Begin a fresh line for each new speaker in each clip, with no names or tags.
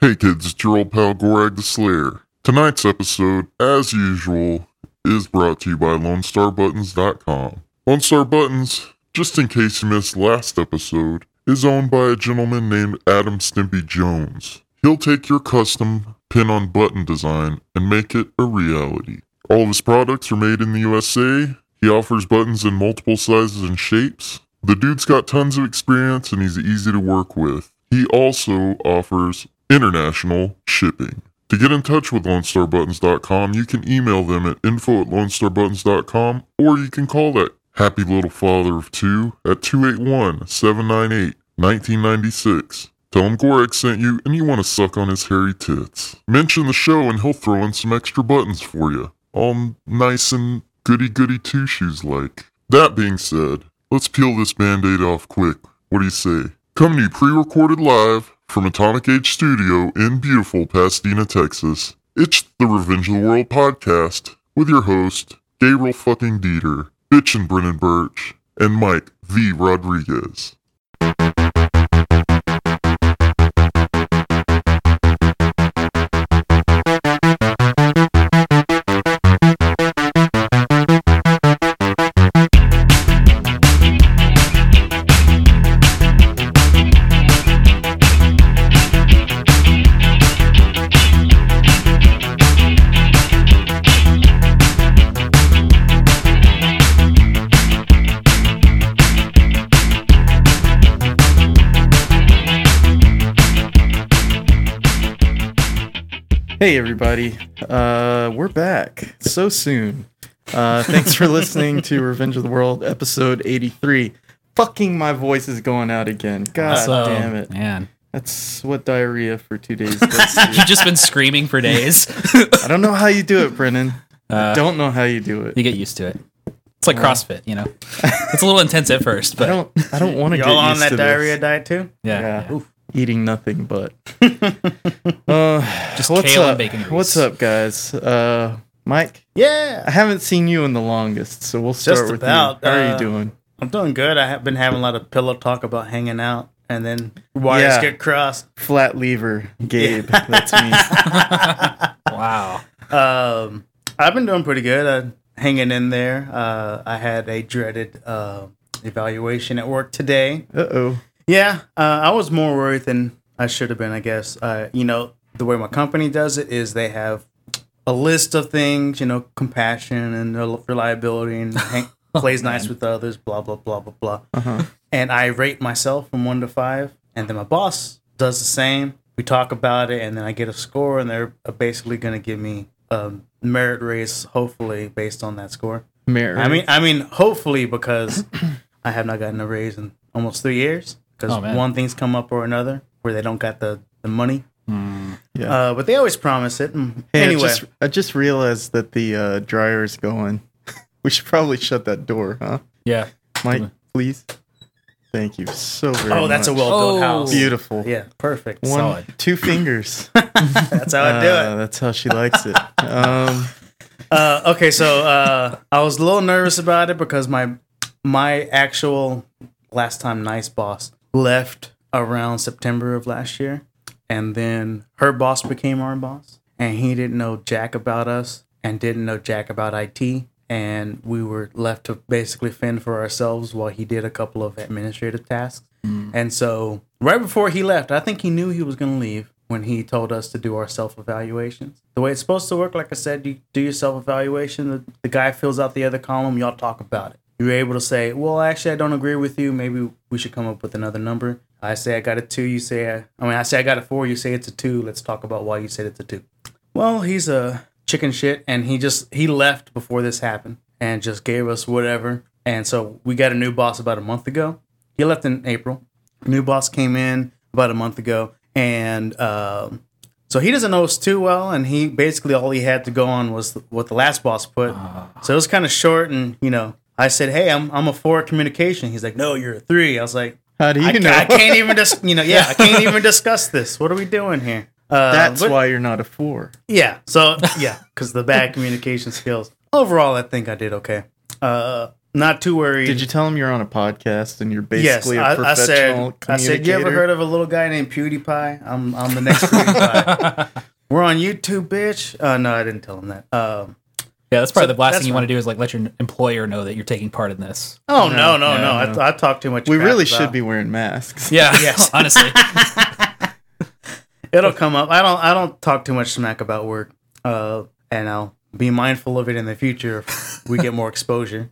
Hey kids, it's your old pal Gorag the Slayer. Tonight's episode, as usual, is brought to you by LoneStarButtons.com. Lone Star Buttons, just in case you missed last episode, is owned by a gentleman named Adam Stimpy Jones. He'll take your custom pin on button design and make it a reality. All of his products are made in the USA. He offers buttons in multiple sizes and shapes. The dude's got tons of experience and he's easy to work with. He also offers international shipping. To get in touch with LoneStarButtons.com, you can email them at info at LoneStarButtons.com or you can call that happy little father of two at 281 798 1996. Tell him Gorek sent you and you want to suck on his hairy tits. Mention the show and he'll throw in some extra buttons for you. All nice and goody goody two shoes like. That being said, let's peel this band aid off quick. What do you say? Coming to you pre recorded live from Atomic Age Studio in beautiful Pasadena, Texas. It's the Revenge of the World podcast with your host, Gabriel fucking Dieter, Bitch and Brennan Birch, and Mike V. Rodriguez.
Hey everybody, uh, we're back so soon. Uh, thanks for listening to Revenge of the World, episode eighty-three. Fucking my voice is going out again. God
So,
damn it!
Man.
That's what diarrhea for two days does. to you.
You've just been screaming for days.
I don't know how you do it, Brennan.
Uh,
I don't know how you do it.
you get used to it. It's like CrossFit, you know? It's a little intense at first,
I
but
don't. I don't want to get
Y'all on
used
that
to
diarrhea
This.
diet too?
yeah.
Yeah.
yeah.
Eating nothing but. uh,
Just
what's
kale
up?
and bacon grease.
What's up, guys? Uh, Mike, I
Yeah,
haven't seen you in the longest, so we'll start with
about,
you. How are
uh,
you doing?
I'm doing good. I have been having a lot of pillow talk about hanging out, and then wires
Yeah.
get crossed.
Flat lever, Gabe. That's me.
Wow.
Um, I've been doing pretty good. Uh, hanging in there. Uh, I had a dreaded uh, evaluation at work today.
Uh oh.
Yeah, uh, I was more worried than I should have been. I guess. Uh, you know, the way my company does it is they have a list of things. You know, compassion and rel- reliability and hang- plays nice with others. Blah blah blah blah blah. and I rate myself from one to five, and then my boss does the same. We talk about it, and then I get a score, and they're uh, basically going to give me a merit raise, hopefully based on that score.
Mary.
I mean, I mean, hopefully because I have not gotten a raise in almost three years because
Oh, man.
one thing's come up or another where they don't got the the money.
Hmm. Yeah.
Uh, but they always promise it. Mm.
Hey,
anyway,
I just, I just realized that the uh, dryer is going. we should probably shut that door, huh?
Yeah.
Mike, please. Thank you so very much.
oh, that's a well built
Oh.
house.
beautiful.
Yeah, perfect.
One,
So
two fingers.
that's how I do
Uh,
it.
That's how she likes it. Um,
Uh, okay, so uh, I was a little nervous about it because my my actual last time nice boss left around September of last year, and then her boss became our boss, and he didn't know jack about us, and didn't know jack about IT, and we were left to basically fend for ourselves while he did a couple of administrative tasks, and so right before he left, I think he knew he was going to leave when he told us to do our self evaluations. The way it's supposed to work, like I said, you do your self evaluation, the, the guy fills out the other column, y'all talk about it. You're able to say, well, actually, I don't agree with you. Maybe we should come up with another number. I say I got a two, you say, I, I mean, I say I got a four, you say it's a two. Let's talk about why you said it's a two. Well, he's a chicken shit, and he just he left before this happened, and just gave us whatever. And so we got a new boss about a month ago. He left in April. New boss came in about a month ago, and um, so he doesn't know us too well. And he basically all he had to go on was what the last boss put.
Ah.
So it was kind of short, and you know, I said, "Hey, I'm I'm a four at communication." He's like, "No, you're a three. I was like,
how do you
I,
know?
I can't even just you know, yeah, I can't even discuss this. What are we doing here?" Uh,
that's
but-
why you're not a four.
yeah. So yeah, because the bad communication skills. Overall, I think I did okay. Uh, Not too worried.
Did you tell him you're on a podcast and you're
Yes,
basically
I,
a
I
professional
said. I said. You ever heard of a little guy named PewDiePie? I'm I'm the next PewDiePie. We're on YouTube, bitch. Uh, no, I didn't tell him that. Um,
Yeah, that's probably the last
that's
thing you want to do is like let your employer know that you're taking part in this.
oh no, no, no.
no, no.
I, I talk too much.
We
crap
really
about-
should be wearing masks.
Yeah, honestly,
It'll come up. I don't. I don't talk too much smack about work. Uh, and I'll be mindful of it in the future. if We get more exposure.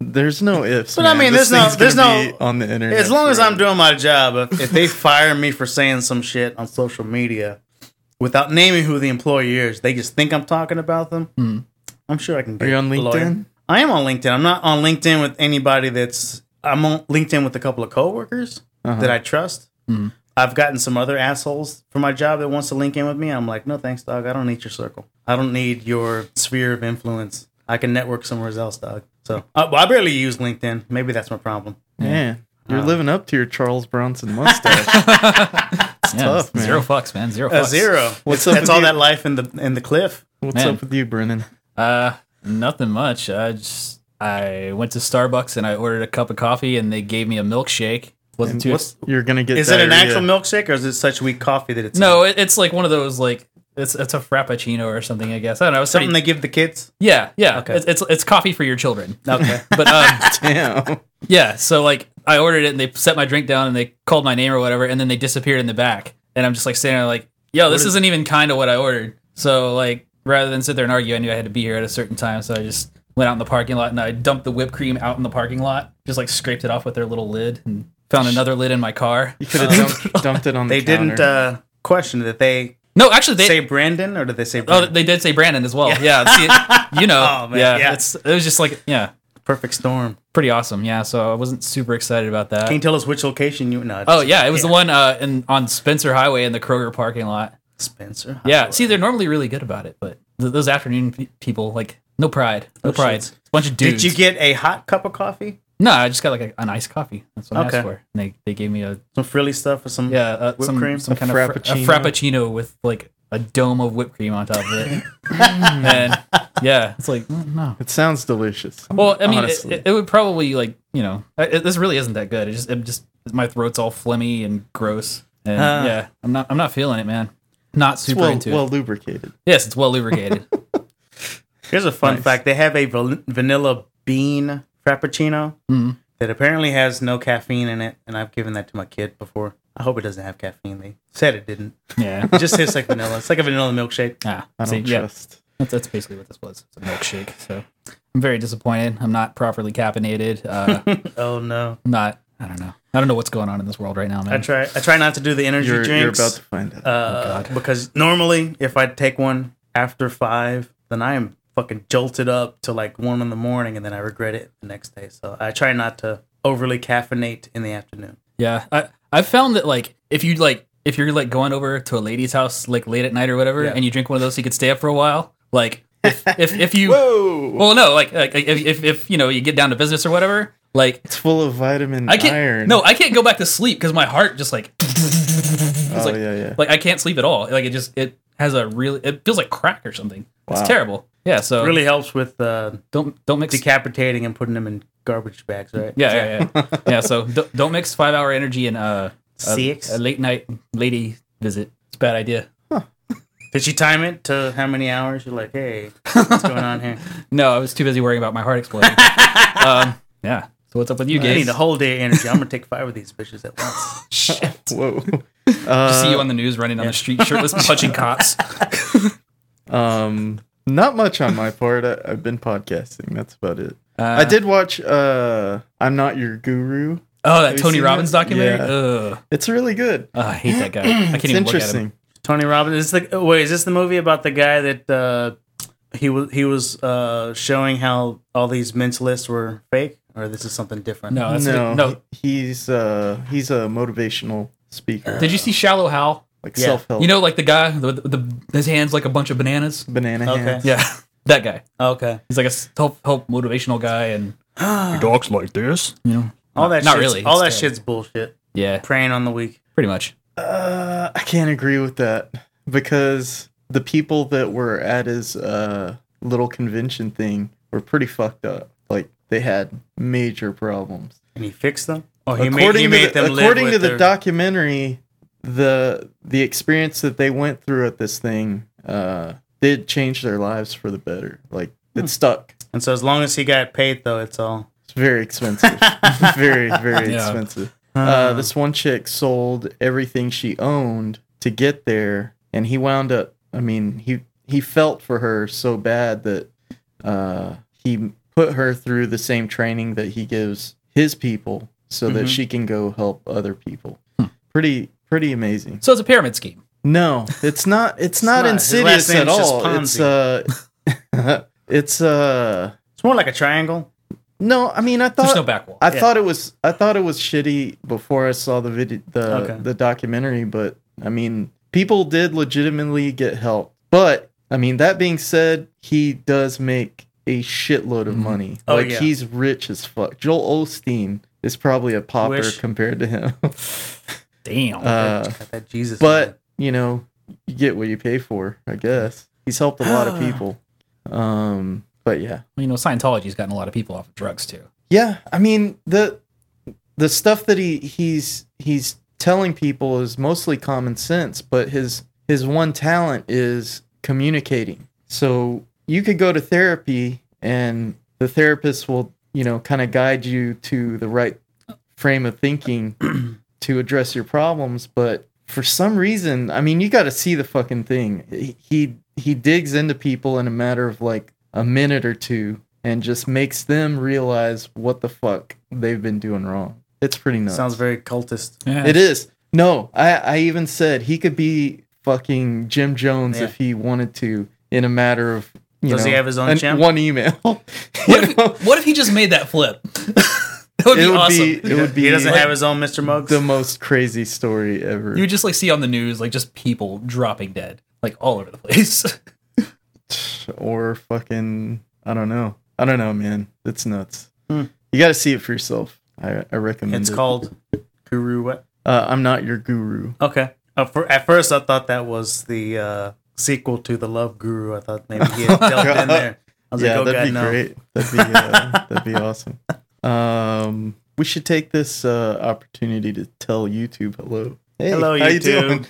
There's no ifs.
But I
man.
mean,
This
there's no-
thing's
there's
gonna
no-
be on the internet.
As long as
forever.
I'm doing my job, if, if they fire me for saying some shit on social media without naming who the employer is, they just think I'm talking about them. I'm sure I can.
Are you on
a lawyer.
LinkedIn?
I am on LinkedIn. I'm not on LinkedIn with anybody that's. I'm on LinkedIn with a couple of coworkers that I trust. I've gotten some other assholes for my job that wants to link in with me. I'm like, no thanks, dog. I don't need your circle. I don't need your sphere of influence. I can network somewhere else, dog. So I, I barely use LinkedIn. Maybe that's my problem.
Yeah. You're
Uh,
living up to your Charles Bronson mustache.
Yeah,
tough, man. Uh,
Zero fucks, man. Zero fucks.
A zero.
What's up
that's
with
all
you?
that life in the in the cliff.
What's
Man.
up with you, Brennan?
Uh, nothing much. I just I went to Starbucks and I ordered a cup of coffee and they gave me a milkshake. Wasn't too.
What's,
You're gonna get.
is it an
diarrhea.
actual milkshake or is it such weak coffee that it's
No, it, it's like one of those like it's it's a frappuccino or something. I guess I don't know. It's
something
pretty-
they give the kids?
yeah, yeah.
Okay.
It's, it's it's coffee for your children.
Okay.
But um,
Damn.
yeah, so like I ordered it and they set my drink down and they called my name or whatever and then they disappeared in the back and I'm just like standing there like, yo, this isn't even kind of what I ordered. So like rather than sit there and argue, I knew I had to be here at a certain time, so I just went out in the parking lot and I dumped the whipped cream out in the parking lot, just like scraped it off with their little lid and found another lid in my car.
You could have dumped, dumped it on.
They
the
didn't
counter.
uh, question that they
No, actually they
say Brandon or did they say
Oh,
Brandon?
they did say Brandon as well. Yeah, see, you know,
Oh, man,
yeah,
yeah.
It's, it was just like, yeah,
Perfect Storm.
pretty awesome. Yeah, so I wasn't super excited about that.
Can you tell us which location you? No.
Oh yeah, it was the one uh, in on Spencer Highway in the Kroger parking lot.
Spencer.
Yeah, see, they're normally really good about it, but th- those afternoon pe- people, like, no pride, no pride.
Oh, shit.
It's a bunch of
Did
dudes.
you get a hot cup of coffee?
No, I just got like a, an iced coffee. That's what I
Okay.
asked for. And they, they gave me a
Some frilly stuff or some?
yeah uh,
Whipped
some
cream?
some
A
kind of fr-
frappuccino?
a frappuccino with like a dome of whipped cream on top of it. and yeah, it's like mm, no.
It sounds delicious.
Well, I mean, it,
honestly.
it, it would probably like you know, I, it, this really isn't that good. It just, it just my throat's all phlegmy and gross, and
Ah.
yeah, I'm not, I'm not feeling it, man. Not
It's
super
well,
into
well
it.
lubricated.
Yes, it's well lubricated.
Here's a fun
Nice.
fact: they have a van- vanilla bean frappuccino
Mhm.
that apparently has no caffeine in it, and I've given that to my kid before. I hope it doesn't have caffeine. They said it didn't.
yeah,
It just tastes like vanilla. It's like a vanilla milkshake.
ah,
I
see,
don't
yeah,
trust.
that's, that's basically what this was. It's a milkshake. So I'm very disappointed. I'm not properly caffeinated. Uh, I'm
Oh no!
not. I don't know. I don't know what's going on in this world right now, man.
I try. I try not to do the energy
You're, you're
drinks
about to Oh, find out.
uh, because normally, if I take one after five, then I am fucking jolted up to like one in the morning, and then I regret it the next day. So I try not to overly caffeinate in the afternoon.
Yeah, I I found that like if you like if you're like going over to a lady's house like late at night or whatever,
Yeah.
and you drink one of those, you could stay up for a while. Like if if, if you
Whoa!
well no like, like if, if if you know you get down to business or whatever, like
it's full of vitamin
I can't
iron.
no I can't go back to sleep because my heart just like
oh
like-
yeah, yeah.
like I can't sleep at all. Like it just it has a really it feels like crack or something.
Wow.
It's terrible. Yeah, so
Oh.
Really helps with uh,
don't don't mix.
decapitating and putting them in garbage bags, right?
yeah, yeah, yeah. yeah so don't, don't mix five hour energy and uh a-
Six.
a late night lady visit. It's a bad idea.
Did you time it to how many hours? You're like, hey, what's going on here?
No, I was too busy worrying about my heart exploding. um, yeah. So what's up with you,
I
guys?
need a whole day of energy. I'm gonna take five of these bitches at once.
Whoa.
Just see
Uh,
you on the news running down the street shirtless, punching cops.
um, not much on my part. I, I've been podcasting. That's about it.
Uh,
I did watch. Uh, I'm not your guru.
Oh,
Have
that
you
Tony
seen
Robbins
that?
documentary.
Yeah.
Ugh.
It's really good.
Oh, I hate that guy. I can't
it's
even look at
interesting.
him.
Tony Robbins. Is the wait? Is this the movie about the guy that uh, he was? He was uh, showing how all these mentalists were fake, or this is something different.
No, that's
no,
no.
he's uh, he's a motivational speaker,
Did you see Shallow Hal?
like
Yeah.
self help.
You know, like the guy with the, his hands like a bunch of bananas.
banana
Okay.
hands.
Yeah, that guy.
Oh, Okay.
He's like a self help motivational guy, and dogs like this. You know,
All that.
Not
shit's,
really.
All that
It's terrible.
shit's bullshit.
yeah,
Preying on the weak.
pretty much.
Uh, I can't agree with that because the people that were at his uh, little convention thing were pretty fucked up. Like they had major problems.
And he fixed them. Oh, he made,
according
he
to
made
the,
them live
according
with
to the
their-
documentary, the the experience that they went through at this thing uh, did change their lives for the better. Like
Hmm.
it stuck.
And so as long as he got paid, though, it's all.
It's very expensive. very very
Yeah.
expensive. Uh, this one chick sold everything she owned to get there, and he wound up. I mean, he he felt for her so bad that uh, he put her through the same training that he gives his people, so that
Mhm.
she can go help other people. Pretty pretty amazing.
So it's a pyramid scheme.
No, it's not. It's, not,
not. His last
insidious at
name's just
all. It's uh, it's uh.
it's more like a triangle.
No, I mean, I
There's
thought
no back wall.
I
Yeah.
thought it was I thought it was shitty before I saw the video the
Okay.
the documentary, but I mean people did legitimately get help. But I mean that being said, he does make a shitload of
Mhm.
money.
Oh,
like
yeah.
he's rich as fuck. Joel Olstein is probably a pauper
Wish. compared
compared to him.
Damn.
uh,
Got that Jesus. in
but
it.
you know, you get what you pay for, I guess. He's helped a lot of people. Um but yeah.
Well, you know, Scientology's gotten a lot of people off of drugs too.
Yeah, I mean the the stuff that he he's he's telling people is mostly common sense, but his his one talent is communicating. So you could go to therapy and the therapist will, you know, kind of guide you to the right frame of thinking to address your problems, but for some reason, I mean, you got to see the fucking thing. He- He he digs into people in a matter of like a minute or two and just makes them realize what the fuck they've been doing wrong. It's pretty nuts.
Sounds very cultist.
Yeah.
it is. No, I I even said he could be fucking Jim Jones
Yeah.
if he wanted to in a matter of you
Does
know,
he have his own
an-
channel?
one email. You
What if,
know?
what if he just made that flip? that would be
It would
awesome.
be- it would be
He doesn't have his own Mr. Muggs.
the most crazy story ever.
you would just like see on the news like just people dropping dead like all over the place.
or fucking I don't know. I don't know, man. It's nuts.
Hmm.
You got to see it for yourself. I, I recommend
it's
it.
called Guru what?
Uh, I'm not your guru.
Okay. Uh, for, at first, I thought that was the uh, sequel to The Love Guru. I thought maybe he had delved in there. I was
Yeah,
like, oh,
that'd
God,
be
no.
great. That'd be uh, that'd be awesome. Um, we should take this uh, opportunity to tell YouTube hello. Hey,
Hello,
how you
YouTube.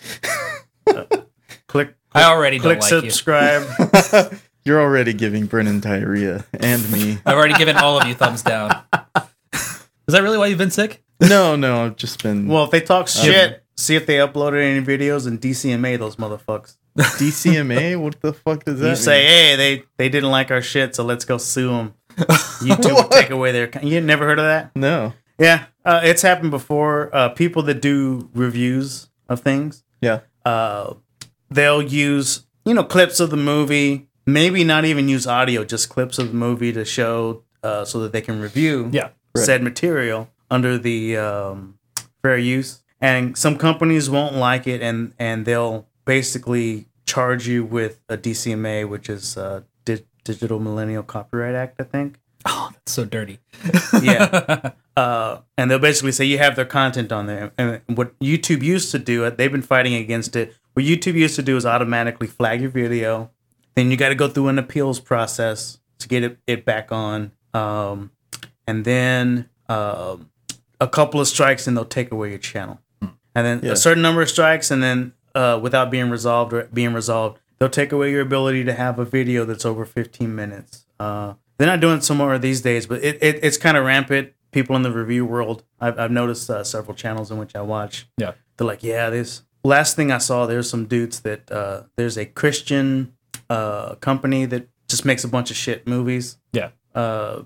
Uh, Click,
I already
click
don't like you.
subscribe.
doing? You're already giving Brennan diarrhea and me.
I've already given all of you thumbs down. Is that really why you've been sick?
No, no, I've just been
well, if they
Uh,
talk shit, see if they uploaded any videos and DCMA those motherfuckers.
DCMA. What the fuck does that?
You
mean?
say, hey, they, they didn't like our shit, so let's go sue them. YouTube will take away their. con- You never heard of that?
no?
Yeah, uh, it's happened before. Uh, people that do reviews of things,
Yeah,
uh, they'll use you know clips of the movie, maybe not even use audio, just clips of the movie to show uh, so that they can review
Yeah.
said material under the um, fair use. And some companies won't like it, and and they'll basically charge you with a DCMA, which is uh, Di- Digital Millennial Copyright Act, I think
Oh, that's so dirty.
yeah. Uh, and they'll basically say you have their content on there. And what YouTube used to do, uh, they've been fighting against it. What YouTube used to do is automatically flag your video. Then you got to go through an appeals process to get it, it back on. Um, and then um a couple of strikes, and they'll take away your channel. And then
Yeah.
a certain number of strikes, and then uh, without being resolved or being resolved, they'll take away your ability to have a video that's over 15 minutes. Uh, they're not doing it some more these days, but it, it, it's kind of rampant. People in the review world, I've, I've noticed uh, several channels in which I watch.
Yeah.
They're like, yeah, this. Last thing I saw, there's some dudes that uh, there's a Christian uh, company that just makes a bunch of shit movies.
Yeah.
Uh,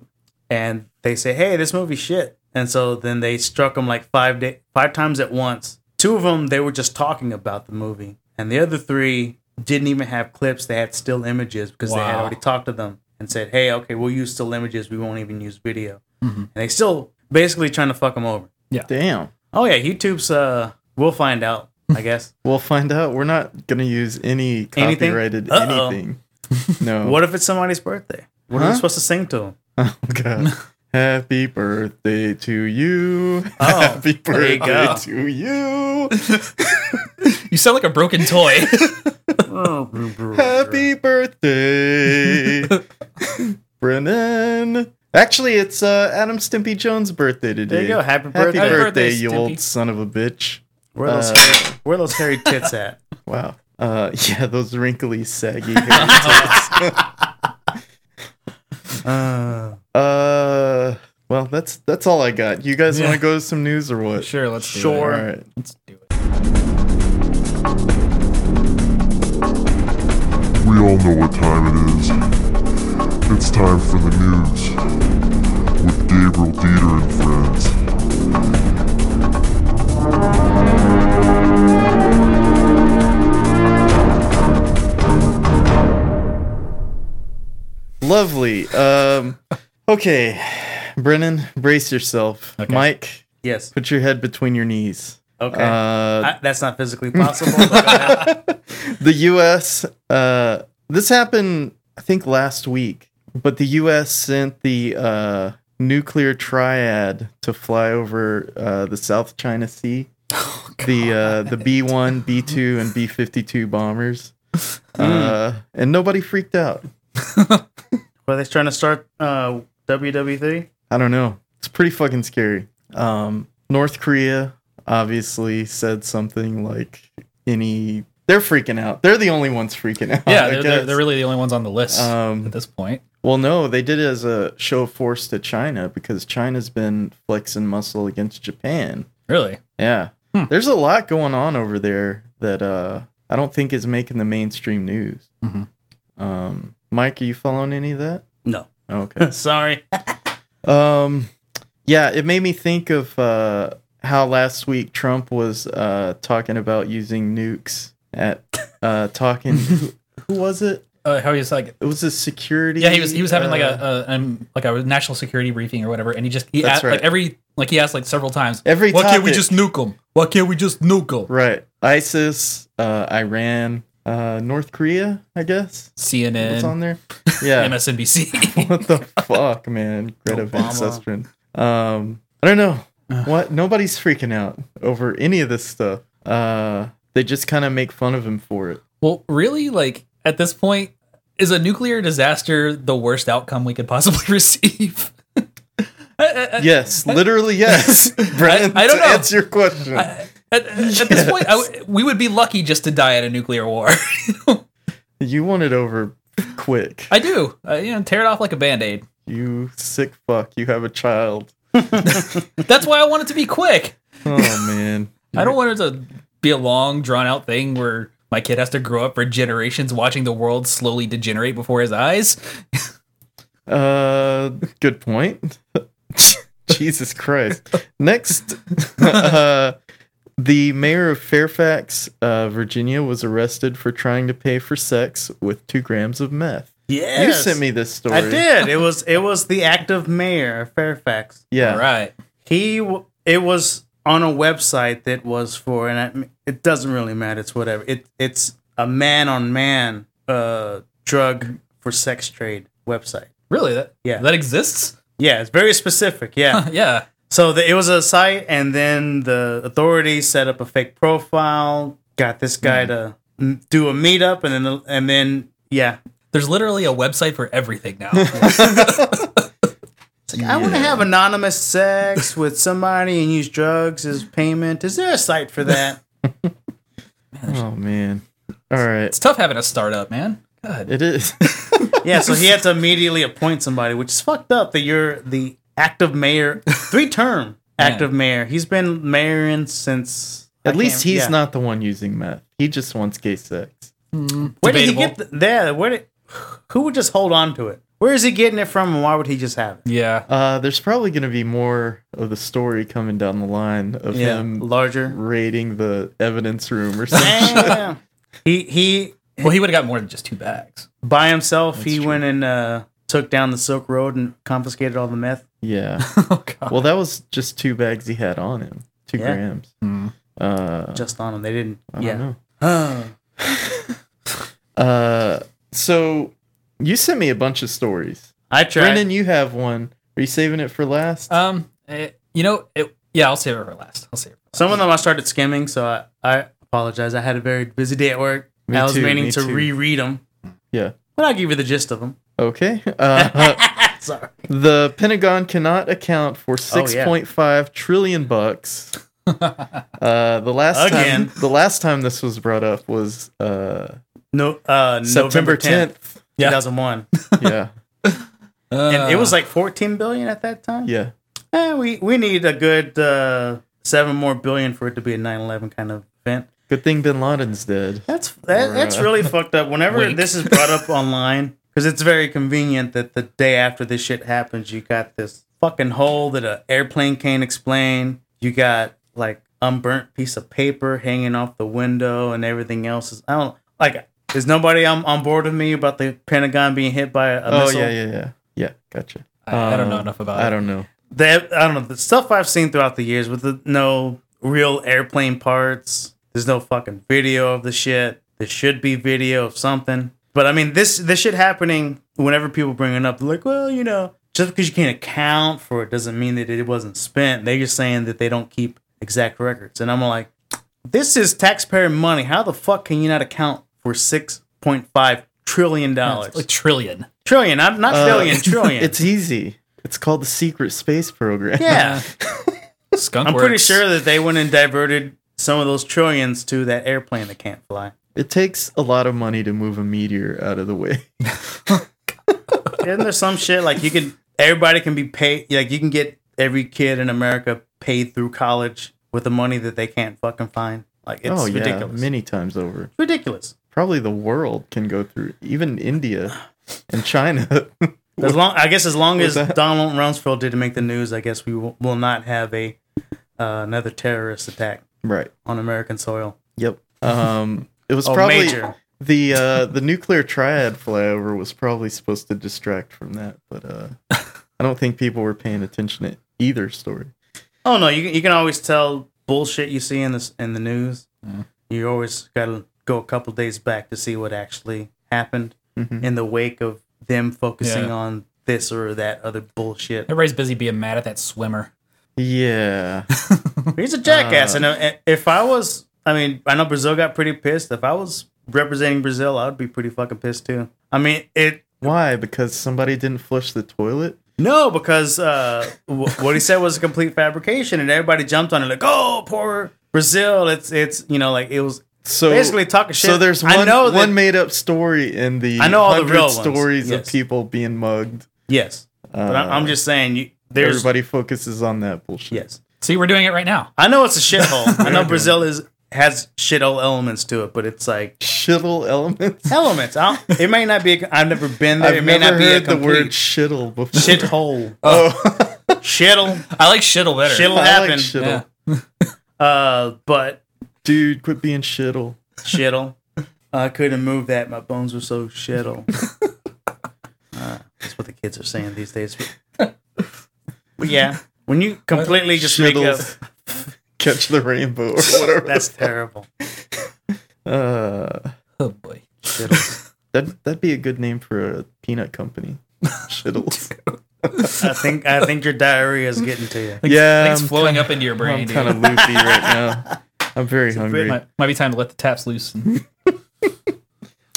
and they say, "Hey, this movie's shit." And so then they struck them like five day, five times at once. Two of them they were just talking about the movie, and the other three didn't even have clips. They had still images because they had
Wow.
already talked to them and said, "Hey, okay, we'll use still images. We won't even use video."
Mhm.
And they still basically trying to fuck them over.
damn.
Oh yeah, YouTube's. uh We'll find out, I guess.
We'll find out. We're not gonna use any
Anything?
copyrighted
Uh-oh.
anything. No.
what if it's somebody's birthday? What are we
Oh. Huh?
supposed to sing to them?
Oh god. Happy birthday to you.
Oh,
Happy
there
birthday
you go.
to you.
You sound like a broken toy.
Happy birthday. Brennan. Actually, it's uh, Adam Stimpy Jones' birthday today.
There you go. Happy
Happy
birthday.
birthday,
birthday,
you
Stimpy.
old son of a bitch.
Where those
Uh,
hairy, where those hairy tits at?
Wow. Uh, yeah, those wrinkly, saggy hair tits.
Uh,
uh, well, that's that's all I got. You guys want to go to some news or what?
Sure, let's do it.
Sure.
All right.
We all know what time it is. It's time for the news with Gabriel Dieter and friends.
Lovely. Um, okay, Brennan, brace yourself. Mike,
yes.
put your head between your knees.
Okay.
Uh,
I- that's not physically possible. but go ahead.
the U.S. Uh, this happened, I think, last week. But the U.S. sent the uh, nuclear triad to fly over uh, the South China Sea. the uh, the B one, B two, and B fifty two bombers, uh, and nobody freaked out.
Were they trying to start uh, E? WW3?
I don't know. It's pretty fucking scary. Um, North Korea obviously said something like any. They're freaking out. They're the only ones freaking out.
Yeah,
I
they're, they're,
guess.
they're really the only ones on the list
Um,
at this point.
Well, no, they did it as a show of force to China because China's been flexing muscle against Japan.
Really?
Yeah.
Hmm.
There's a lot going on over there that uh, I don't think is making the mainstream news.
Mhm.
Um, Mike, are you following any of that? Oh,
No.
Okay.
Sorry.
Um, yeah, it made me think of uh, how last week Trump was uh, talking about using nukes at uh, talking. who, who was it?
Uh, how he was like,
It was a security.
yeah, he was he was having like
uh,
a, a um, like a national security briefing or whatever, and he just he
That's
asked
right.
like every like he asked like several times.
every.
Why can't we
topic.
just nuke them? Why can't we just nuke them?
right? ISIS, uh, Iran, uh, North Korea. I guess what's on
CNN,
there? Yeah,
MSNBC.
what the fuck, man? Greta Van
Obama.
Susteren. Um, I don't know. What? Nobody's freaking out over any of this stuff. Uh, they just kind of make fun of him for it.
well, really, like at this point, is a nuclear disaster the worst outcome we could possibly receive? I- I- I-
Yes, literally yes. Brent,
I- I don't
to
know.
answer your question.
At, at this point, I w we would be lucky just to die at a nuclear war.
you want it over quick.
I do. I, you know, tear it off like a band aid.
you sick fuck. You have a child.
That's why I want it to be quick.
Oh man.
I don't want it to be a long, drawn out thing where my kid has to grow up for generations watching the world slowly degenerate before his eyes.
Uh, good point. Jesus Christ. Next, uh, the mayor of Fairfax, uh, Virginia, was arrested for trying to pay for sex with two grams of meth.
Yes.
You sent me this story.
I did. It was it was the active mayor of Fairfax.
Yeah.
All right.
He w- it was on a website that was for and I, it doesn't really matter. It's whatever. It it's a man on man uh drug for sex trade website.
Really? That,
Yeah.
That exists?
Yeah, it's very specific. Yeah.
Yeah.
So the, it was a site, and then the authorities set up a fake profile, got this guy to mm, do a meetup, and then and then yeah,
There's literally a website for everything now.
It's like, I want to have anonymous sex with somebody and use drugs as payment. Is there a site for that?
Oh, man. All right.
it's tough having a startup, man. God.
It is.
yeah, so he had to immediately appoint somebody, which is fucked up that you're the active mayor, three term active mayor. He's been mayoring since. I
At least
can't-
he's
yeah.
not the one using meth. He just wants gay sex.
Where did he
Debatable.
get th- there? Where did, who would just hold on to it? Where is he getting it from, and why would he just have it?
Yeah.
Uh, there's probably going to be more of the story coming down the line of him
larger.
raiding the evidence room or something.
Damn. he he
Well, he would have got more than just two bags.
by himself. he went and uh, took down the Silk Road and confiscated all the meth.
yeah.
oh, God.
Well, that was just two bags he had on him, two
Yeah.
grams. Uh,
just on them. They didn't.
I
yeah.
don't
Uh,
know. Uh, so you sent me a bunch of stories.
I tried.
Brendan, you have one. Are you saving it for
Uh,
last?
Um, eh, you know, it, yeah, I'll save it for last. I'll save it.
Some of them I started skimming, so I, I apologize. I had a very busy day at work.
Me
I was
too,
meaning
me
to
too.
reread them,
yeah.
but I'll give you the gist of them.
Okay. Uh,
Sorry. Oh,
The Pentagon cannot account for six
yeah.
point five trillion bucks. uh, the last
Again.
time the last time this was brought up was uh,
No, uh,
September
November 10th,
tenth.
Yeah.
2001.
yeah,
and it was like 14 billion at that time.
yeah.
Eh, we, we need a good uh, seven more billion for it to be a 9 11 kind of event.
Good thing Bin Laden's dead.
That's that, that's
uh,
really fucked up. Whenever
Wink.
this is brought up online, because it's very convenient that the day after this shit happens, you got this fucking hole that an airplane can't explain. You got like unburnt piece of paper hanging off the window, and everything else is I don't like. Is nobody on, on board with me about the Pentagon being hit by a, a
Oh
missile? Uh,
yeah, yeah, yeah, yeah. Gotcha.
I, I don't know
Um,
enough about
I
it.
don't know.
that I don't know the stuff I've seen throughout the years with the, no real airplane parts. There's no fucking video of the shit. There should be video of something. But I mean, this this shit happening whenever people bring it up, they're like, well, you know, just because you can't account for it doesn't mean that it wasn't spent. They're just saying that they don't keep exact records, and I'm like, this is taxpayer money. How the fuck can you not account for six point five trillion dollars?
It's like trillion.
trillion, I'm not
Uh,
trillion, trillion.
It's easy. It's called the Secret Space Program.
oh, yeah.
Skunk.
I'm pretty
works.
sure that they went and diverted some of those trillions to that airplane that can't fly.
It takes a lot of money to move a meteor out of the way.
Isn't there some shit like you can everybody can be paid like you can get every kid in America paid through college with the money that they can't fucking find? Like it's
oh yeah,
ridiculous.
many times over.
ridiculous.
Probably the world can go through. Even India and China.
As long I guess as long as
What's that?
Donald Rumsfeld didn't make the news, I guess we will, will not have a uh, another terrorist attack
right.
on American soil.
Yep. Um, it was
Oh,
probably
major.
the uh, the nuclear triad flyover was probably supposed to distract from that, but uh, I don't think people were paying attention to either story.
Oh no, you can- you can always tell bullshit you see in this in the news. You always gotta go a couple days back to see what actually happened in the wake of them focusing
Yeah.
on this or that other bullshit.
Everybody's busy being mad at that swimmer.
Yeah.
He's a jackass, and uh, if I was, I mean, I know Brazil got pretty pissed. If I was representing Brazil, I would be pretty fucking pissed too. I mean, it
Why? Because somebody didn't flush the toilet.
No, because uh, w- what he said was a complete fabrication, and everybody jumped on it like, "Oh, poor Brazil!" It's it's you know like it was
So
basically talking shit.
So there's one
I know that,
one made up story in the
I know all the
100
real ones,
stories of
yes.
people being mugged.
yes, but I- I'm just saying you, there's
Uh, Everybody focuses on that bullshit.
yes.
See, we're doing it right now.
I know it's a shithole. I know Brazil is has shithole elements to it, but it's like
Shittle elements.
elements. I don't- it may not be. A, I've never been there. it
I've
may
never
not be a
heard the
complete
word shittle before.
shithole. Uh,
Oh,
Shittle,
I like shittle better.
shit'll
I like
happen.
shittle.
Yeah.
uh, but
Dude, quit being shittle.
shittle. I couldn't move that. My bones were so shittle. Uh, that's what the kids are saying these days. But- but yeah, when you completely just
Shittles.
make up,
Catch the rainbow or whatever.
that's terrible.
uh,
Oh boy.
Shittles.
that that'd be a good name for a peanut company. Shittle.
I think I think your diarrhea is getting to you.
I
yeah,
think it's flowing up into your brain.
I'm
dude.
kind of loopy right now. I'm very hungry.
might, might be time to let the taps loose.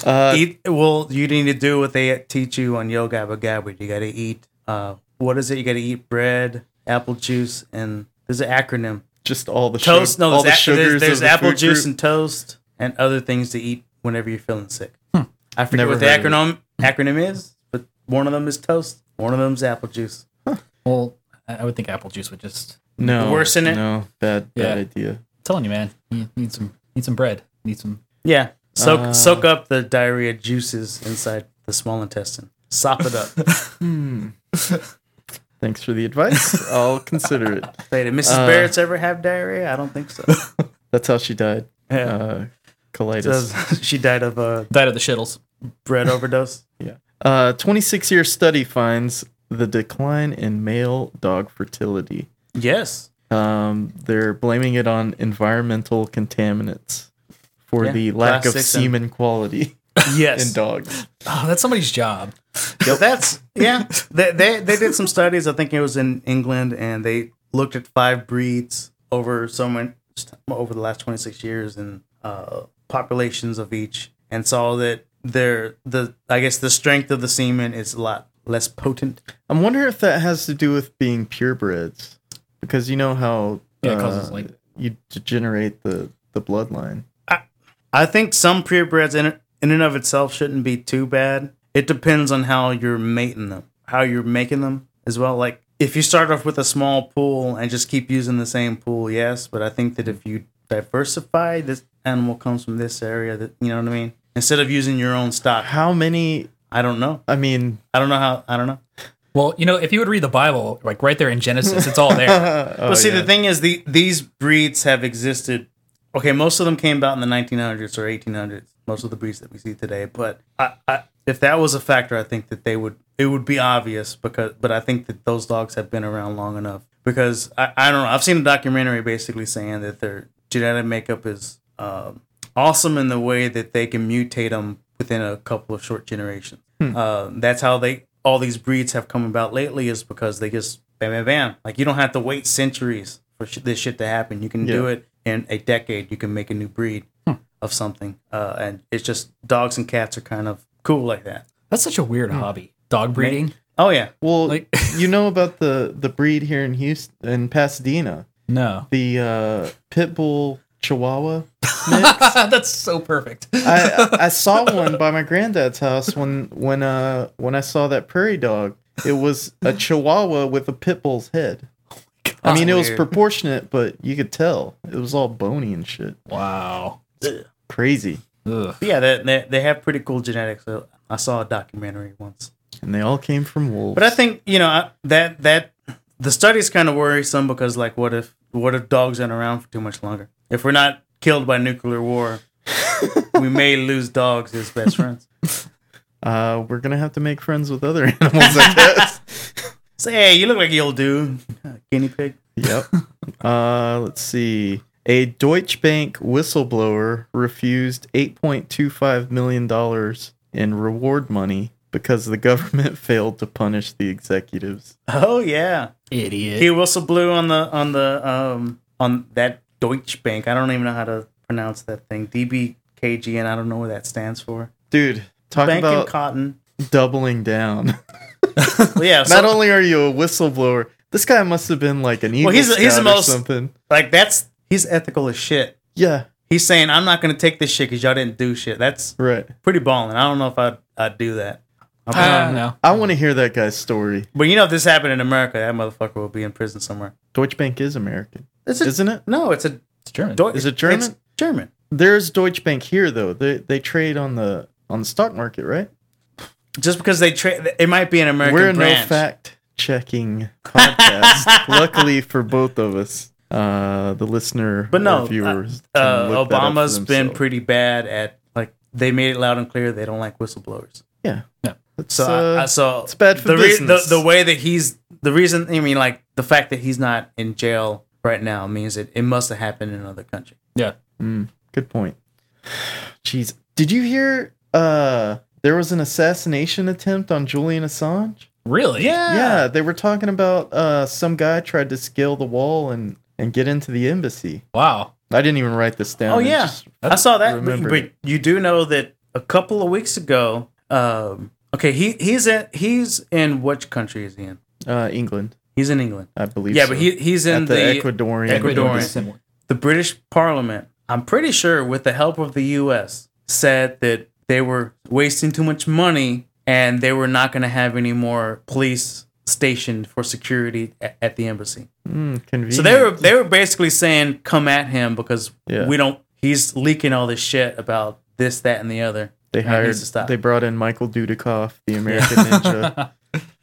And
Uh,
eat well you need to do what they teach you on Yo Gabba Gabba. You gotta eat uh what is it? You gotta eat bread, apple juice, and there's an acronym.
just all the
Toast,
sug-
no,
all
there's,
the
a- there's,
sugars.
there's
of the
apple
food
juice
group.
and toast and other things to eat whenever you're feeling sick. I forget
Hmm. Never
what the
heard of
acronym acronym is, but one of them is toast, one of them's apple juice.
well, I I would think apple juice would just.
No,
worsen it.
No, bad bad
Yeah.
idea.
I'm telling you, man, you need some need some bread. Need some.
Yeah. Soak
Uh.
soak up the diarrhea juices inside the small intestine. Sop it up.
Thanks for the advice. I'll consider it.
Say, did Mrs.
Uh.
Barrett's ever have diarrhea? I don't think so.
That's how she died.
Yeah.
Uh, colitis.
she died of uh,
Diet of the shittles.
bread overdose.
Yeah. Uh, 26 year study finds the decline in male dog fertility.
Yes.
Um, they're blaming it on environmental contaminants for
Yeah,
the lack of
plastics and-
semen quality
Yes.
in dogs.
Oh, that's somebody's job.
That's yeah. They, they they did some studies. I think it was in England, and they looked at five breeds over so many over the last twenty six years and uh, populations of each, and saw that their the I guess the strength of the semen is a lot less potent.
I'm wondering if that has to do with being purebreds, because you know how uh,
Yeah, it causes, like-
you degenerate the the bloodline.
I think some purebreds in in and of itself shouldn't be too bad. It depends on how you're mating them, how you're making them as well. Like if you start off with a small pool and just keep using the same pool, yes. But I think that if you diversify, this animal comes from this area. That you know what I mean. Instead of using your own stock,
How many?
I don't know.
I mean,
I don't know how. I don't know.
Well, you know, if you would read the Bible, like right there in Genesis, it's all there.
oh,
But see,
yeah.
the thing is, the these breeds have existed. Okay, most of them came about in the 1900s or 1800s. Most of the breeds that we see today, but I, I, if that was a factor, I think that they would it would be obvious because. But I think that those dogs have been around long enough because I, I don't know. I've seen a documentary basically saying that their genetic makeup is um, awesome in the way that they can mutate them within a couple of short generations. Uh, that's how they all these breeds have come about lately is because they just bam bam bam. Like you don't have to wait centuries for sh- this shit to happen. You can do
Yeah.
it in a decade. You can make a new breed of something, uh, and it's just dogs and cats are kind of cool like that.
That's such a weird hobby. Dog breeding?
Oh yeah,
well,
like-
you know about the the breed here in Houston, in Pasadena,
No.
the uh, pit bull Chihuahua.
That's so perfect.
I, I I saw one by my granddad's house when when uh when I saw that prairie dog. It was a Chihuahua with a pit bull's head. I mean, it was
Weird.
proportionate, but you could tell it was all bony and shit.
Wow.
Crazy.
Ugh.
But yeah. They, they they have pretty cool genetics. Uh, I saw a documentary once.
And they all came from wolves.
But I think you know I- that that the study's kind of worrisome because like, what if what if dogs aren't around for too much longer? If we're not killed by nuclear war, we may lose dogs as best friends.
uh, we're gonna have to make friends with other animals, I guess.
Say, hey, you look like you'll do guinea pig.
yep. Uh, let's see. A Deutsche Bank whistleblower refused $8.25 million in reward money because the government failed to punish the executives.
Oh yeah,
Idiot.
he whistle blew on the on the um on that Deutsche Bank. I don't even know how to pronounce that thing. DBKG, and I don't know what that stands for.
Dude, talk
Bank and
about
Cotton.
doubling down.
Well, yeah, so,
Not only are you a whistleblower, this guy must have been like an evil
he's the- he's the
scout
most-
or something.
like that's he's ethical as shit.
Yeah,
He's saying I'm not gonna take this shit because y'all didn't do shit. That's
right.
pretty balling. I don't know if I'd, I'd do that. I'm
I don't
not-
know.
I want to hear that guy's story.
But you know, if this happened in America, that motherfucker would be in prison somewhere.
Deutsche Bank is American,
It's a,
isn't it?
no, it's a
It's German.
Deu-
Is it German?
it's German.
There's Deutsche Bank here though. They they trade on the on the stock market, right?
Just because they trade, it might be an American
We're a no
branch.
fact checking podcast. Luckily for both of us, uh, the listener
But no,
or viewers.
Uh,
can look that up for
Obama's been
themselves.
pretty bad at like they made it loud and clear they don't like whistleblowers.
yeah.
Yeah.
It's,
So,
uh,
I, I, so
it's bad for
the, re- the
business.
the way that he's the reason. I mean, like the fact that he's not in jail right now means it it must have happened in another country.
Yeah.
Mm, good point. Jeez, did you hear? Uh, there was an assassination attempt on Julian Assange.
Really?
Yeah, they were talking about uh, some guy tried to scale the wall and and get into the embassy.
Wow.
I didn't even write this down.
Oh
It's
yeah,
just-
I saw that. But,
remembered
but
it.
you do know that a couple of weeks ago, um, okay, he he's in he's in which country is he in?
uh, England,
He's in England.
I believe.
Yeah,
so.
but he he's in
at the,
the
Ecuadorian.
Ecuadorian.
Similar.
the British Parliament. I'm pretty sure, with the help of the U.S., said that they were wasting too much money and they were not going to have any more police stationed for security at, at the embassy.
Mm, convenient.
So they were they were basically saying, "Come at him because
Yeah.
we don't." He's leaking all this shit about this, that, and the other.
They
and it needs
hired.
to stop.
They brought in Michael Dudikoff, the American Ninja,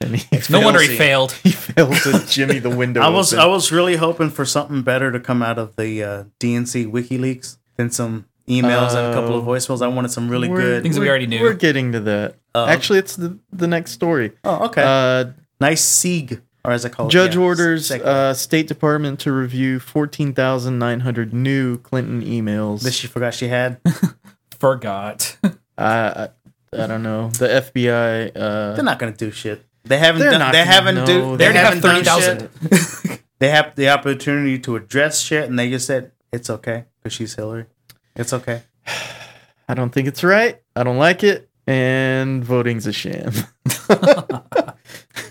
and he,
No wonder he
Failsafe.
failed.
he failed to Jimmy the window.
I was
open.
I was really hoping for something better to come out of the uh, DNC WikiLeaks than some emails and a couple of
Oh.
voicemails. I wanted some really
We're-
good.
Things we
we're-
already knew.
We're getting to that.
Oh.
Actually, it's the the next story.
Oh, okay.
Uh,
nice sieg, or as I call it,
Judge
yeah,
orders
seg-
uh, State Department to review 14,900 new Clinton emails.
that she forgot she had.
Forgot.
I, I, I don't know. The FBI.
They're
Uh,
not gonna do shit. They haven't.
They're
Done,
not
they
gonna
haven't
know. They
do. They,
already have
haven't done
30,000.
shit. They have the opportunity to address shit, and they just said it's okay because she's Hillary. It's okay.
I don't think it's right. I don't like it. And voting's a sham.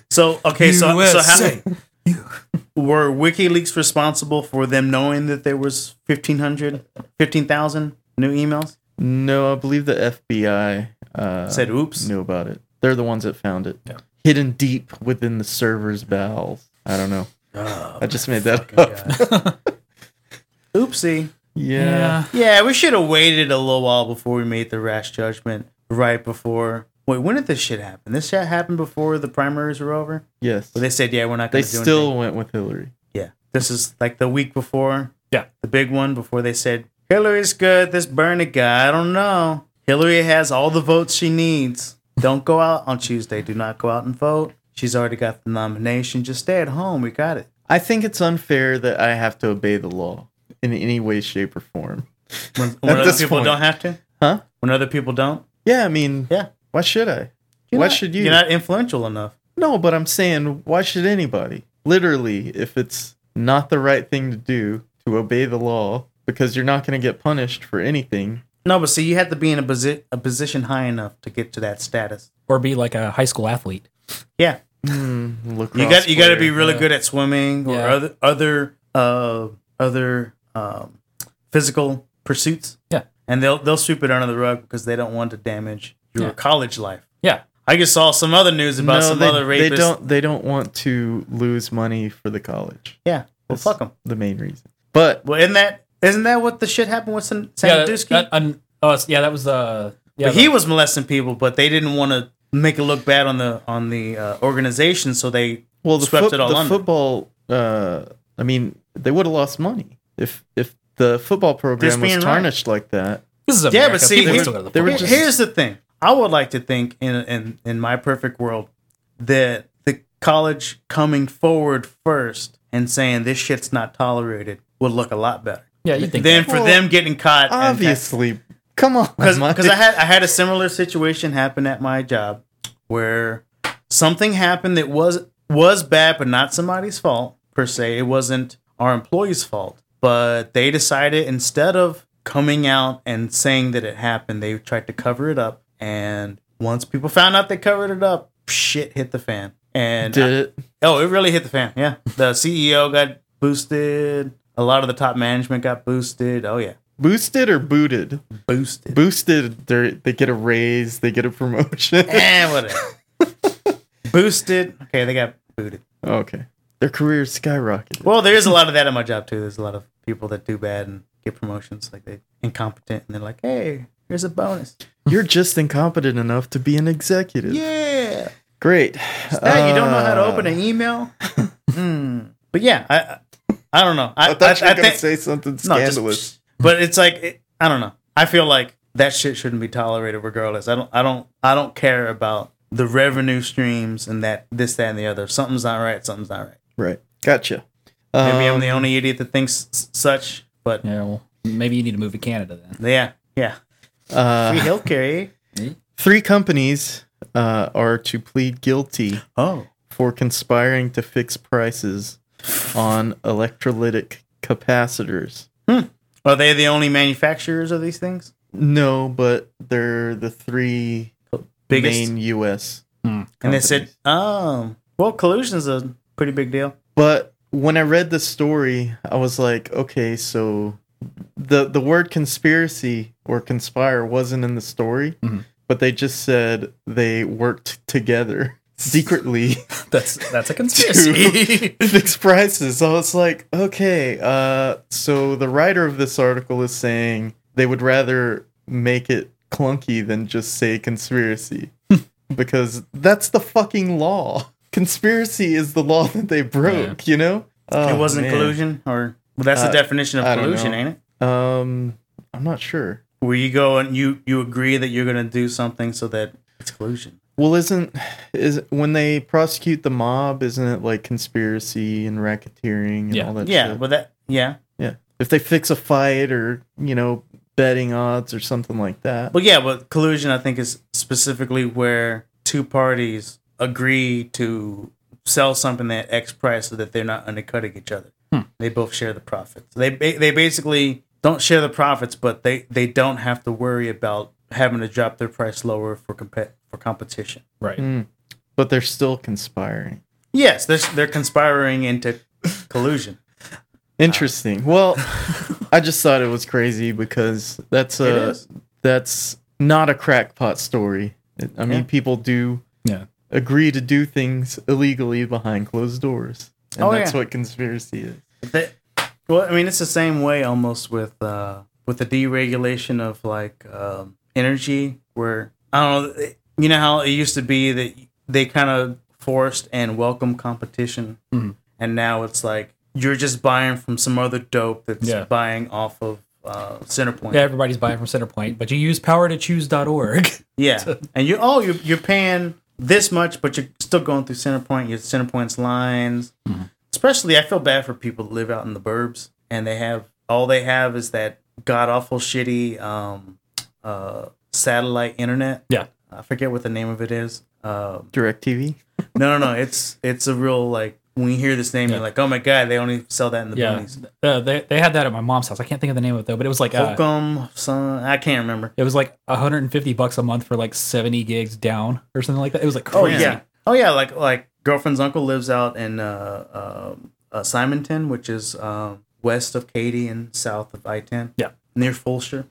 So okay, so
USA.
so how, were WikiLeaks responsible for them knowing that there was 1,500, 15,000 new emails?
No, I believe the FBI uh,
Said oops.
knew about it. They're the ones that found it.
Yeah.
Hidden deep within the server's bowels. I don't know.
Oh,
I just made that up.
Oopsie.
Yeah.
yeah.
Yeah, we should have waited a little while before we made the rash judgment. Right before. Wait, when did this shit happen? This shit happened before the primaries were over.
Yes.
But they said, yeah, we're not
they
going to do
still
anything.
went with Hillary.
Yeah, this is like the week before.
Yeah.
the big one before they said Hillary's good. This Bernie guy, I don't know. Hillary has all the votes she needs. Don't go out on Tuesday. Do not go out and vote. She's already got the nomination. Just stay at home. We got it.
I think it's unfair that I have to obey the law in any way, shape, or form.
When, when
At
other
this
people
point.
don't have to.
Huh?
When other people don't.
Yeah, I mean,
Yeah.
why should I?
You're
why
not-
should you?
You're not influential enough.
no, but I'm saying, why should anybody? Literally, if it's not the right thing to do to obey the law, because you're not going to get punished for anything.
No, but see, you have to be in a, posi- a position high enough to get to that status.
Or be like a high school athlete.
Yeah,
Hmm,
you
lacrosse
got you got to
player.
be really
yeah.
good at swimming or
Yeah.
other other uh, other um, physical pursuits.
Yeah.
and they'll they'll sweep it under the rug because they don't want to damage your
Yeah.
college life.
Yeah.
I just saw some other news about some
they,
other
they
rapist.
don't. They don't want to lose money for the college.
Yeah, well,
That's
fuck them.
The main reason. But
Well, isn't that isn't that what the shit happened with San,
yeah,
Sam
that- that- un- oh, it's- yeah, that was uh, yeah,
but
the-
he was molesting people, but they didn't want to make it look bad on the on the uh, organization, so they
well, the,
Swept
foot-
it all
the
under.
football. Uh, I mean, they would have lost money if if the football program was
being right.
tarnished like that.
This is
Yeah,
America.
but see,
People
here-
still go to the
there were
football
just-
games.
Here's the thing. I would like to think in in in my perfect world that the college coming forward first and saying this shit's not tolerated would look a lot better
yeah, you think then
than for them getting caught.
Obviously, come on, Mike.
because I had I had a similar situation happen at my job where something happened that was was bad, but not somebody's fault per se. It wasn't our employee's fault, but they decided instead of coming out and saying that it happened, they tried to cover it up. And once people found out they covered it up, shit hit the fan. And
did it.
Oh, it really hit the fan. Yeah. The CEO got boosted. A lot of the top management got boosted. Oh, yeah.
Boosted or booted?
Boosted.
Boosted, they they get a raise, they get a promotion.
Eh, whatever. boosted. Okay, they got booted.
okay, their careers skyrocketed.
Well, there is a lot of that at my job, too. There's a lot of people that do bad and get promotions. Like, they incompetent. And they're like, hey, here's a bonus.
You're just incompetent enough to be an executive.
Yeah.
Great.
Now you don't know how to
Uh,
open an email. Mm. But yeah, I, I I don't know. I,
I thought you
I
were gonna
think-
say something
No, just-
scandalous.
but it's like it, I don't know. I feel like that shit shouldn't be tolerated regardless. I don't I don't I don't care about the revenue streams and that this that and the other. Something's not right. Something's not right.
Right. Gotcha.
Maybe
Um,
I'm the only idiot that thinks s- such. But
Yeah, well, maybe you need to move to Canada then.
yeah, yeah.
uh,
Free healthcare. eh?
three companies uh, are to plead guilty
Oh,
for conspiring to fix prices on electrolytic capacitors.
are they the only manufacturers of these things?
No, but they're the three
Biggest.
main U.S.
Hmm.
and they
companies.
said, oh, well, collusion's a pretty big deal.
But when I read the story, I was like, okay, so the the word conspiracy or conspire wasn't in the story,
Mm-hmm.
Mhm.
but they just said they worked together secretly
That's that's
to
a conspiracy.
fix prices. So it's like, okay, uh, so the writer of this article is saying they would rather make it clunky than just say conspiracy because that's the fucking law. Conspiracy is the law that they broke, you know? Oh,
it wasn't
man.
collusion, or well, that's
Uh,
the definition
I
of
don't
collusion,
know.
ain't it?
Um, I'm not sure.
where you go and you you agree that you're going to do something so that it's collusion.
Well, isn't is when they prosecute the mob? Isn't it like conspiracy and racketeering and
Yeah.
all that?
yeah,
shit?
but that yeah,
Yeah. If they fix a fight or, you know, betting odds or something like that.
but yeah, but collusion I think is specifically where two parties agree to sell something at X price so that they're not undercutting each other. They both share the profits. They ba- they basically don't share the profits, but they they don't have to worry about having to drop their price lower for comp- for competition.
right.
Mm. but they're still conspiring.
Yes, they're they're conspiring into collusion.
Interesting. Well, I just thought it was crazy because that's a
is.
that's not a crackpot story. It- I mean,
Yeah.
people do
Yeah.
agree to do things illegally behind closed doors, and
Oh,
that's
yeah.
what conspiracy is.
They- well, I mean, it's the same way almost with uh, with the deregulation of like um, energy, where I don't know. You know how it used to be that they kind of forced and welcomed competition,
Mhm.
and now it's like you're just buying from some other dope that's
Yeah.
buying off of uh, Centerpoint.
Yeah,
Yeah,
everybody's buying from Centerpoint, but you use powertochoose.org.
and you oh you're, you're paying this much, but you're still going through Centerpoint. Your Centerpoint's lines.
Mm-hmm.
especially I feel bad for people that live out in the burbs and they have all they have is that god awful shitty um, uh, satellite internet.
Yeah.
I forget what the name of it is. Um,
Directv.
no, no, no. It's it's a real like when you hear this name, you're
Yeah.
like, oh my god, they only sell that in the
Yeah.
boonies.
Uh, they, they had that at my mom's house. I can't think of the name of it though, but it was like uh,
Holcomb, son, I can't remember.
it was like 150 bucks a month for like 70 gigs down or something like that. It was like
Oh
crazy.
yeah, oh yeah. Like like girlfriend's uncle lives out in uh, um uh, Simonton, which is um west of Katy and south of I-10.
Yeah.
near Fulshire.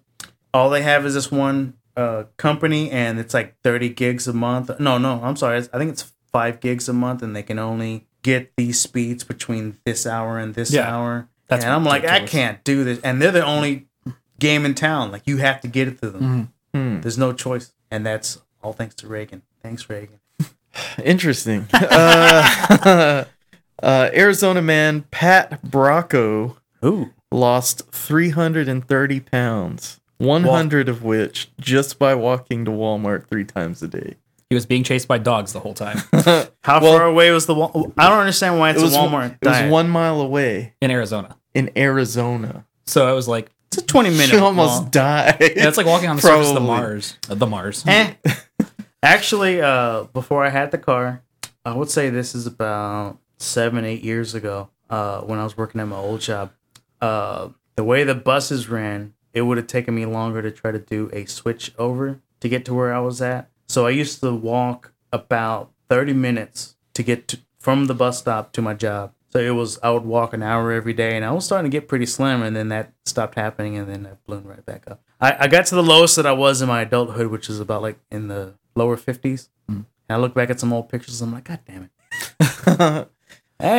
All they have is this one uh, company, and it's like thirty gigs a month. No, no, I'm sorry. it's- I think it's five gigs a month, and they can only get these speeds between this hour and this
Yeah.
hour.
That's
and I'm like, I
ridiculous.
can't do this. And they're the only game in town. Like you have to get it through them.
Mhm.
Hmm.
There's no choice, and that's all thanks to Reagan. Thanks, Reagan.
Interesting. uh, uh, Arizona man Pat Bracco
Ooh.
lost 330 pounds, 100 of which just by walking to Walmart three times a day.
He was being chased by dogs the whole time
How
Well-
far away was the Wal- I don't understand why it's
It was
a Walmart.
It was
diet.
one mile away
in Arizona.
in Arizona.
So it was like
It's a 20 minute.
She almost
walk.
died.
yeah, it's like walking on the surface of the
Probably.
Mars. Uh, the Mars.
Eh. Actually, uh, before I had the car, I would say this is about seven, eight years ago uh, when I was working at my old job. Uh, the way the buses ran, it would have taken me longer to try to do a switch over to get to where I was at. So I used to walk about 30 minutes to get to, from the bus stop to my job. So it was, I would walk an hour every day and I was starting to get pretty slim. And then that stopped happening and then I ballooned right back up. I, I got to the lowest that I was in my adulthood, which is about like in the lower 50s. And I look back at some old pictures. I'm like, God damn it. I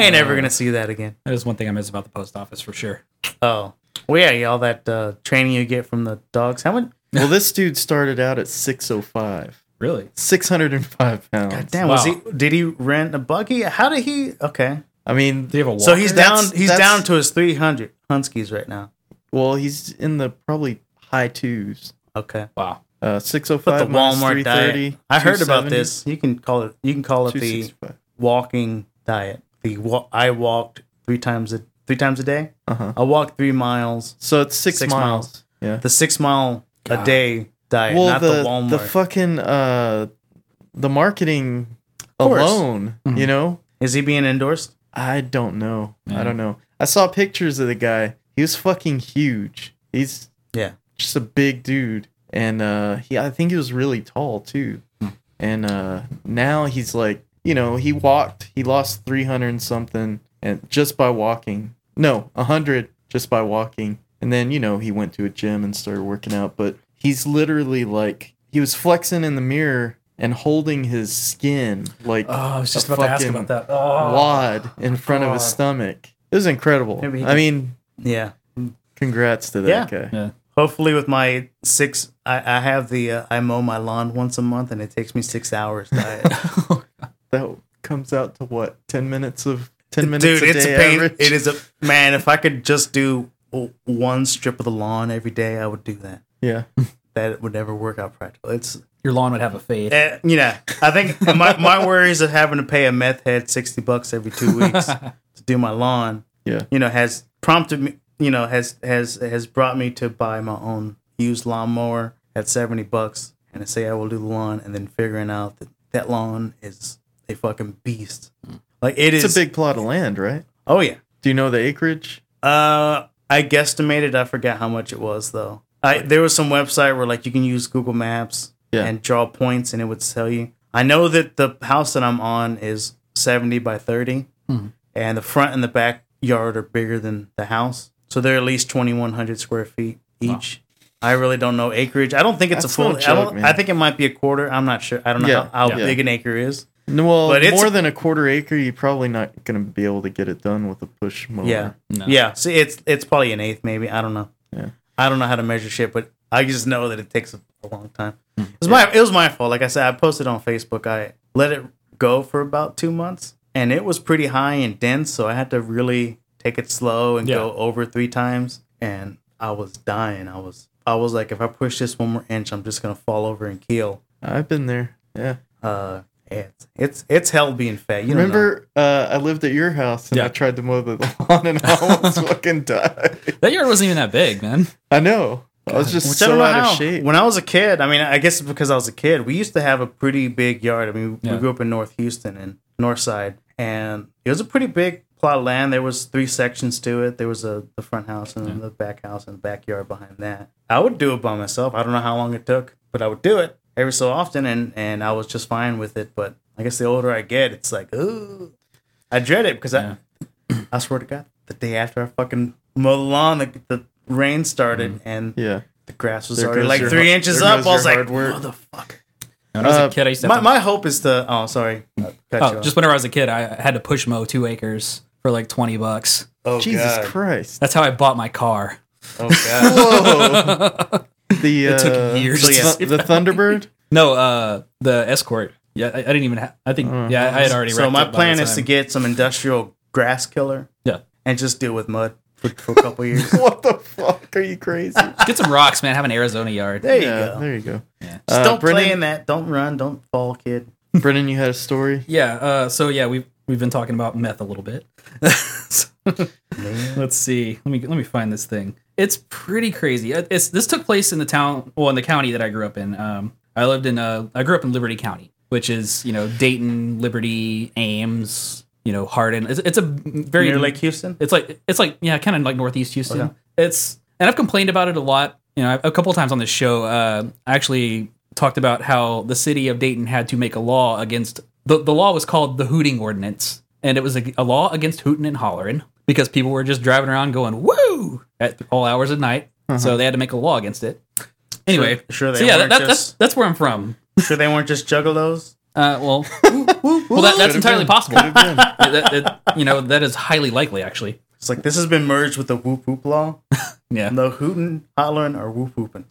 ain't ever going to see that again.
That is one thing I miss about the post office for sure.
Oh, well, yeah, yeah, all that uh, training you get from the dogs. How much?
well, this dude started out at 605,
Really?
605 pounds.
God damn, was he?
Wow.
Did he rent a buggy? How did he? Okay,
I mean,
Do you have a walker?
so he's down.
That's-
he's
that's-
down to his three hundred Hunskies right now.
well, he's in the probably high twos.
Okay,
wow.
Uh,
but
605
the Walmart diet. I heard about this. You can call it. You can call it the
265.
walking diet. The wa- I walked three times a three times a day.
Uh-huh.
I walked three miles.
So it's six,
Six
miles.
miles.
Yeah.
The six mile a
God.
day diet,
well,
not
the
the,
the,
Walmart.
fucking uh, the marketing
course.
alone, you know.
Is he being endorsed?
I don't know. I
Yeah.
don't know. I saw pictures of the guy. He was fucking huge. He's
Yeah.
just a big dude, and uh, he I think he was really tall too. And uh, now he's like, you know, he walked. He lost three hundred and something, and just by walking. No, hundred just by walking. And then you know he went to a gym and started working out. But he's literally like he was flexing in the mirror and holding his skin like
Oh, I was just
A
about to ask
fucking
about that. Oh.
wad in front of his
God.
stomach. It was incredible.
Maybe he
I
could-
mean,
Yeah.
congrats to that guy.
Yeah.
Hopefully, with my six, I, I have the uh, I mow my lawn once a month, and it takes me six hours diet.
That comes out to what? 10 minutes of 10 minutes
Dude,
a
it's a
day
pain.
average?
It is a man. If I could just do o- one strip of the lawn every day, I would do that.
Yeah.
That would never work out practical. It's
Your lawn would have a fade.
uh, you know, I think my my worries of having to pay a meth head sixty bucks every two weeks to do my lawn.
Yeah.
you know, has prompted me. You know, has has has brought me to buy my own used lawnmower at seventy bucks, and I say I will do the lawn, and then figuring out that that lawn is a fucking beast. Like it
Mm. It's
is.
a big plot of land, right?
Oh yeah.
Do you know the acreage?
Uh, I guesstimated. I forgot how much it was though. I there was some website where like you can use Google Maps
Yeah.
and draw points, and it would tell you. I know that the house that I'm on is 70 by 30,
Hmm.
and the front and the backyard are bigger than the house. So they're at least 2,100 square feet each. I really don't know acreage. I don't think it's
That's
a full.
no
I,
joke,
don't,
man.
I think it might be a quarter. I'm not sure. I don't know
Yeah,
how, how
yeah.
big an acre is.
No, Well,
But it's-
more than a quarter acre, you're probably not going to be able to get it done with a push mower.
Yeah.
No.
Yeah. See, it's it's probably an eighth, maybe. I don't know.
Yeah.
I don't know how to measure shit, but I just know that it takes a, a long time. It was my it was my fault. Like I said, I posted on Facebook. I let it go for about two months, and it was pretty high and dense. So I had to really take it slow and go over three times, and I was dying. I was I was like, if I push this one more inch, I'm just gonna fall over and keel.
I've been there. Yeah.
Uh, it's it's it's hell being fat. You remember?
Remember, uh, I lived at your house and I
Yeah.
tried to mow the lawn and I almost fucking died.
That yard wasn't even that big, man.
I know. I was just
Which I don't
so
know
out
how.
of shape.
When I was a kid, I mean, I guess it's because I was a kid. We used to have a pretty big yard. I mean,
Yeah.
we grew up in North Houston and North Side, and it was a pretty big plot of land. There was three sections to it. There was a the front house and then the back house and the backyard behind that. I would do it by myself. I don't know how long it took, but I would do it every so often, and and I was just fine with it. But I guess the older I get, it's like, ooh, I dread it because
Yeah.
I, I swear to God, the day after I fucking mowed the lawn, the, the rain started and
yeah.
the grass was
There
already
goes
like
your
three
har-
inches
there
up. I
goes
was
your hard
like,
work.
motherfucker.
When I was
Uh,
a kid, I used to.
My,
have
my hope is to. Oh, sorry. Cut you
to oh,
off.
just whenever I was a kid, I had to push mow two acres for like twenty bucks.
oh,
Jesus
God.
Christ.
That's how I bought my car.
Oh, God.
Whoa. the uh,
It took years.
So yeah,
to-
the Thunderbird.
No, uh, the escort. Yeah, I, I didn't even. Ha- I think. yeah, I had already.
so, my plan is to get some industrial grass killer
Yeah.
and just deal with mud for, for a couple years.
what the fuck? Are you crazy?
get some rocks, man. Have an Arizona yard.
There you
yeah,
go.
there you go.
Just
Uh,
don't play
Brendan-
in that. Don't run. Don't fall, kid.
Brennan, you had a story.
Yeah. Uh, so yeah, we've we've been talking about meth a little bit. So- let's see. Let me let me find this thing. It's pretty crazy. It- It's this took place in the town, well, in the county that I grew up in. Um, I lived in uh, I grew up in Liberty County, which is you know Dayton, Liberty, Ames, you know Hardin. It's, it's a very
Near Lake Houston?
it's like it's like yeah, kind of like northeast Houston. It's and I've complained about it a lot. You know, a couple times on this show, uh, I actually talked about how the city of Dayton had to make a law against the the law was called the hooting ordinance, and it was a, a law against hooting and hollering because people were just driving around going woo at all hours of night. So they had to make a law against it. Anyway,
sure they
so yeah, that,
weren't
that,
just-
that's that's where I'm from.
Sure, they weren't just juggalos?
Uh, well, well, that, that's
Could've
entirely
been.
possible.
Could've been.
That- that- you know, that is highly likely, actually.
It's like this has been merged with the whoop whoop law.
Yeah.
No hooting, hollering, or whoop whooping.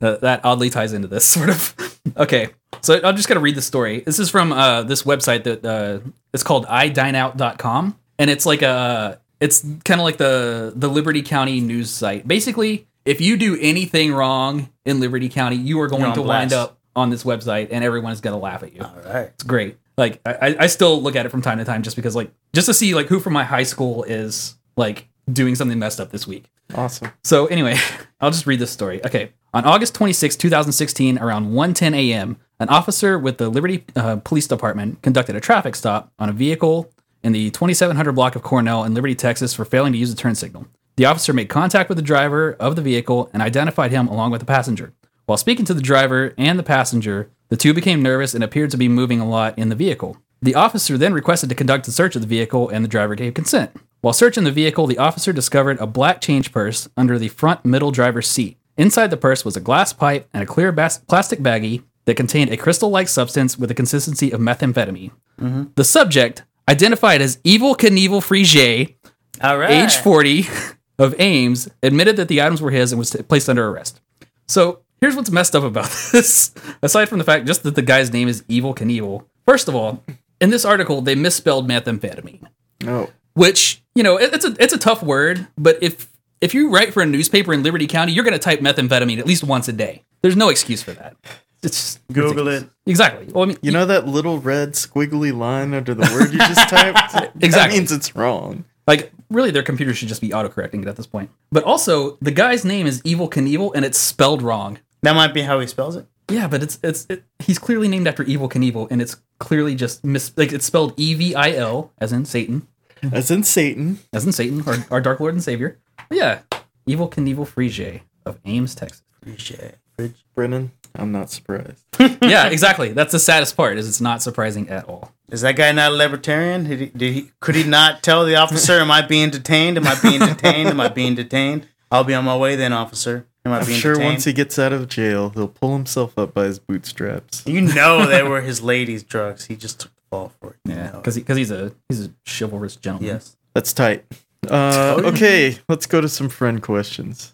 Uh, that oddly ties into this sort of. okay, so I'm just gonna read the story. This is from uh, this website that uh, it's called idineout.com, and it's like a it's kind of like the the Liberty County news site. Basically, if you do anything wrong in Liberty County, you are going
on
to wind
blast.
up on this website, and everyone is gonna laugh at you.
All right.
It's great. Like I, I- I still look at it from time to time just because like just to see like who from my high school is like doing something messed up this week.
Awesome.
So anyway, I'll just read this story. Okay. On August 26, 2016, around 1:10 a.m., an officer with the Liberty uh, Police Department conducted a traffic stop on a vehicle in the 2700 block of Cornell in Liberty, Texas for failing to use a turn signal. The officer made contact with the driver of the vehicle and identified him along with the passenger. While speaking to the driver and the passenger, the two became nervous and appeared to be moving a lot in the vehicle. The officer then requested to conduct a search of the vehicle, and the driver gave consent. While searching the vehicle, the officer discovered a black change purse under the front middle driver's seat. Inside the purse was a glass pipe and a clear bas- plastic baggie that contained a crystal like substance with the consistency of methamphetamine.
Mm-hmm.
The subject, identified as Evil Knievel Frege,
All right.
age 40 of Ames admitted that the items were his and was placed under arrest. So here's what's messed up about this. Aside from the fact just that the guy's name is Evil Knievel, first of all, in this article, they misspelled methamphetamine,
No.
which, you know, it- it's a, it's a tough word, but if, if you write for a newspaper in Liberty County, you're going to type methamphetamine at least once a day. There's no excuse for that. It's
Google it.
Exactly. Well, I mean,
You know that little red squiggly line under the word you just typed? That
Exactly.
means it's wrong.
Like, really, their computer should just be autocorrecting it at this point. But also, the guy's name is Evil Knievel, and it's spelled wrong.
That might be how he spells it.
Yeah, but it's it's it, he's clearly named after Evil Knievel, and it's clearly just mis like it's spelled E V I L as in Satan,
As in Satan.
as in Satan, our, our Dark Lord and Savior. yeah, Evil Knievel Frege of Ames, Texas.
Appreciate it.
Brennan. I'm not surprised.
yeah, exactly. That's the saddest part is it's not surprising at all.
Is that guy not a libertarian? Did he, did he, could he not tell the officer, "Am I being detained? Am I being detained? Am I being detained? I'll be on my way then, officer. Am I
I'm
being
sure
detained?"
once he gets out of jail, he'll pull himself up by his bootstraps.
you know they were his lady's drugs. He just took the fall for it. You
Yeah,
know it.
because because he's a he's a chivalrous gentleman.
yes.
That's tight. Uh, okay, let's go to some friend questions.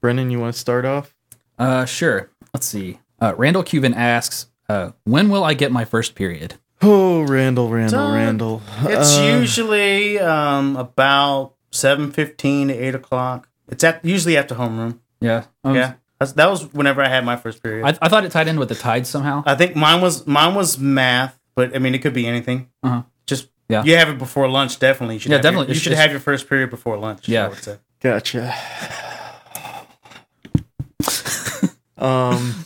Brennan, you want to start off?
Uh, sure. Let's see. Uh, Randall Cuban asks, uh, "When will I get my first period?"
Oh, Randall, Randall,
Uh,
Randall.
It's
Uh,
usually um, about seven fifteen to eight o'clock. It's at, usually after homeroom.
Yeah. Um,
Yeah, That's, that was whenever I had my first period.
I, I thought it tied in with the tide somehow.
I think mine was mine was math, but I mean it could be anything.
Uh-huh.
Just
Yeah.
you have it before lunch, definitely. You should
Yeah,
have your-
definitely.
you
You
should
should-
have your first period before lunch. I
Yeah.
would say.
Gotcha. um,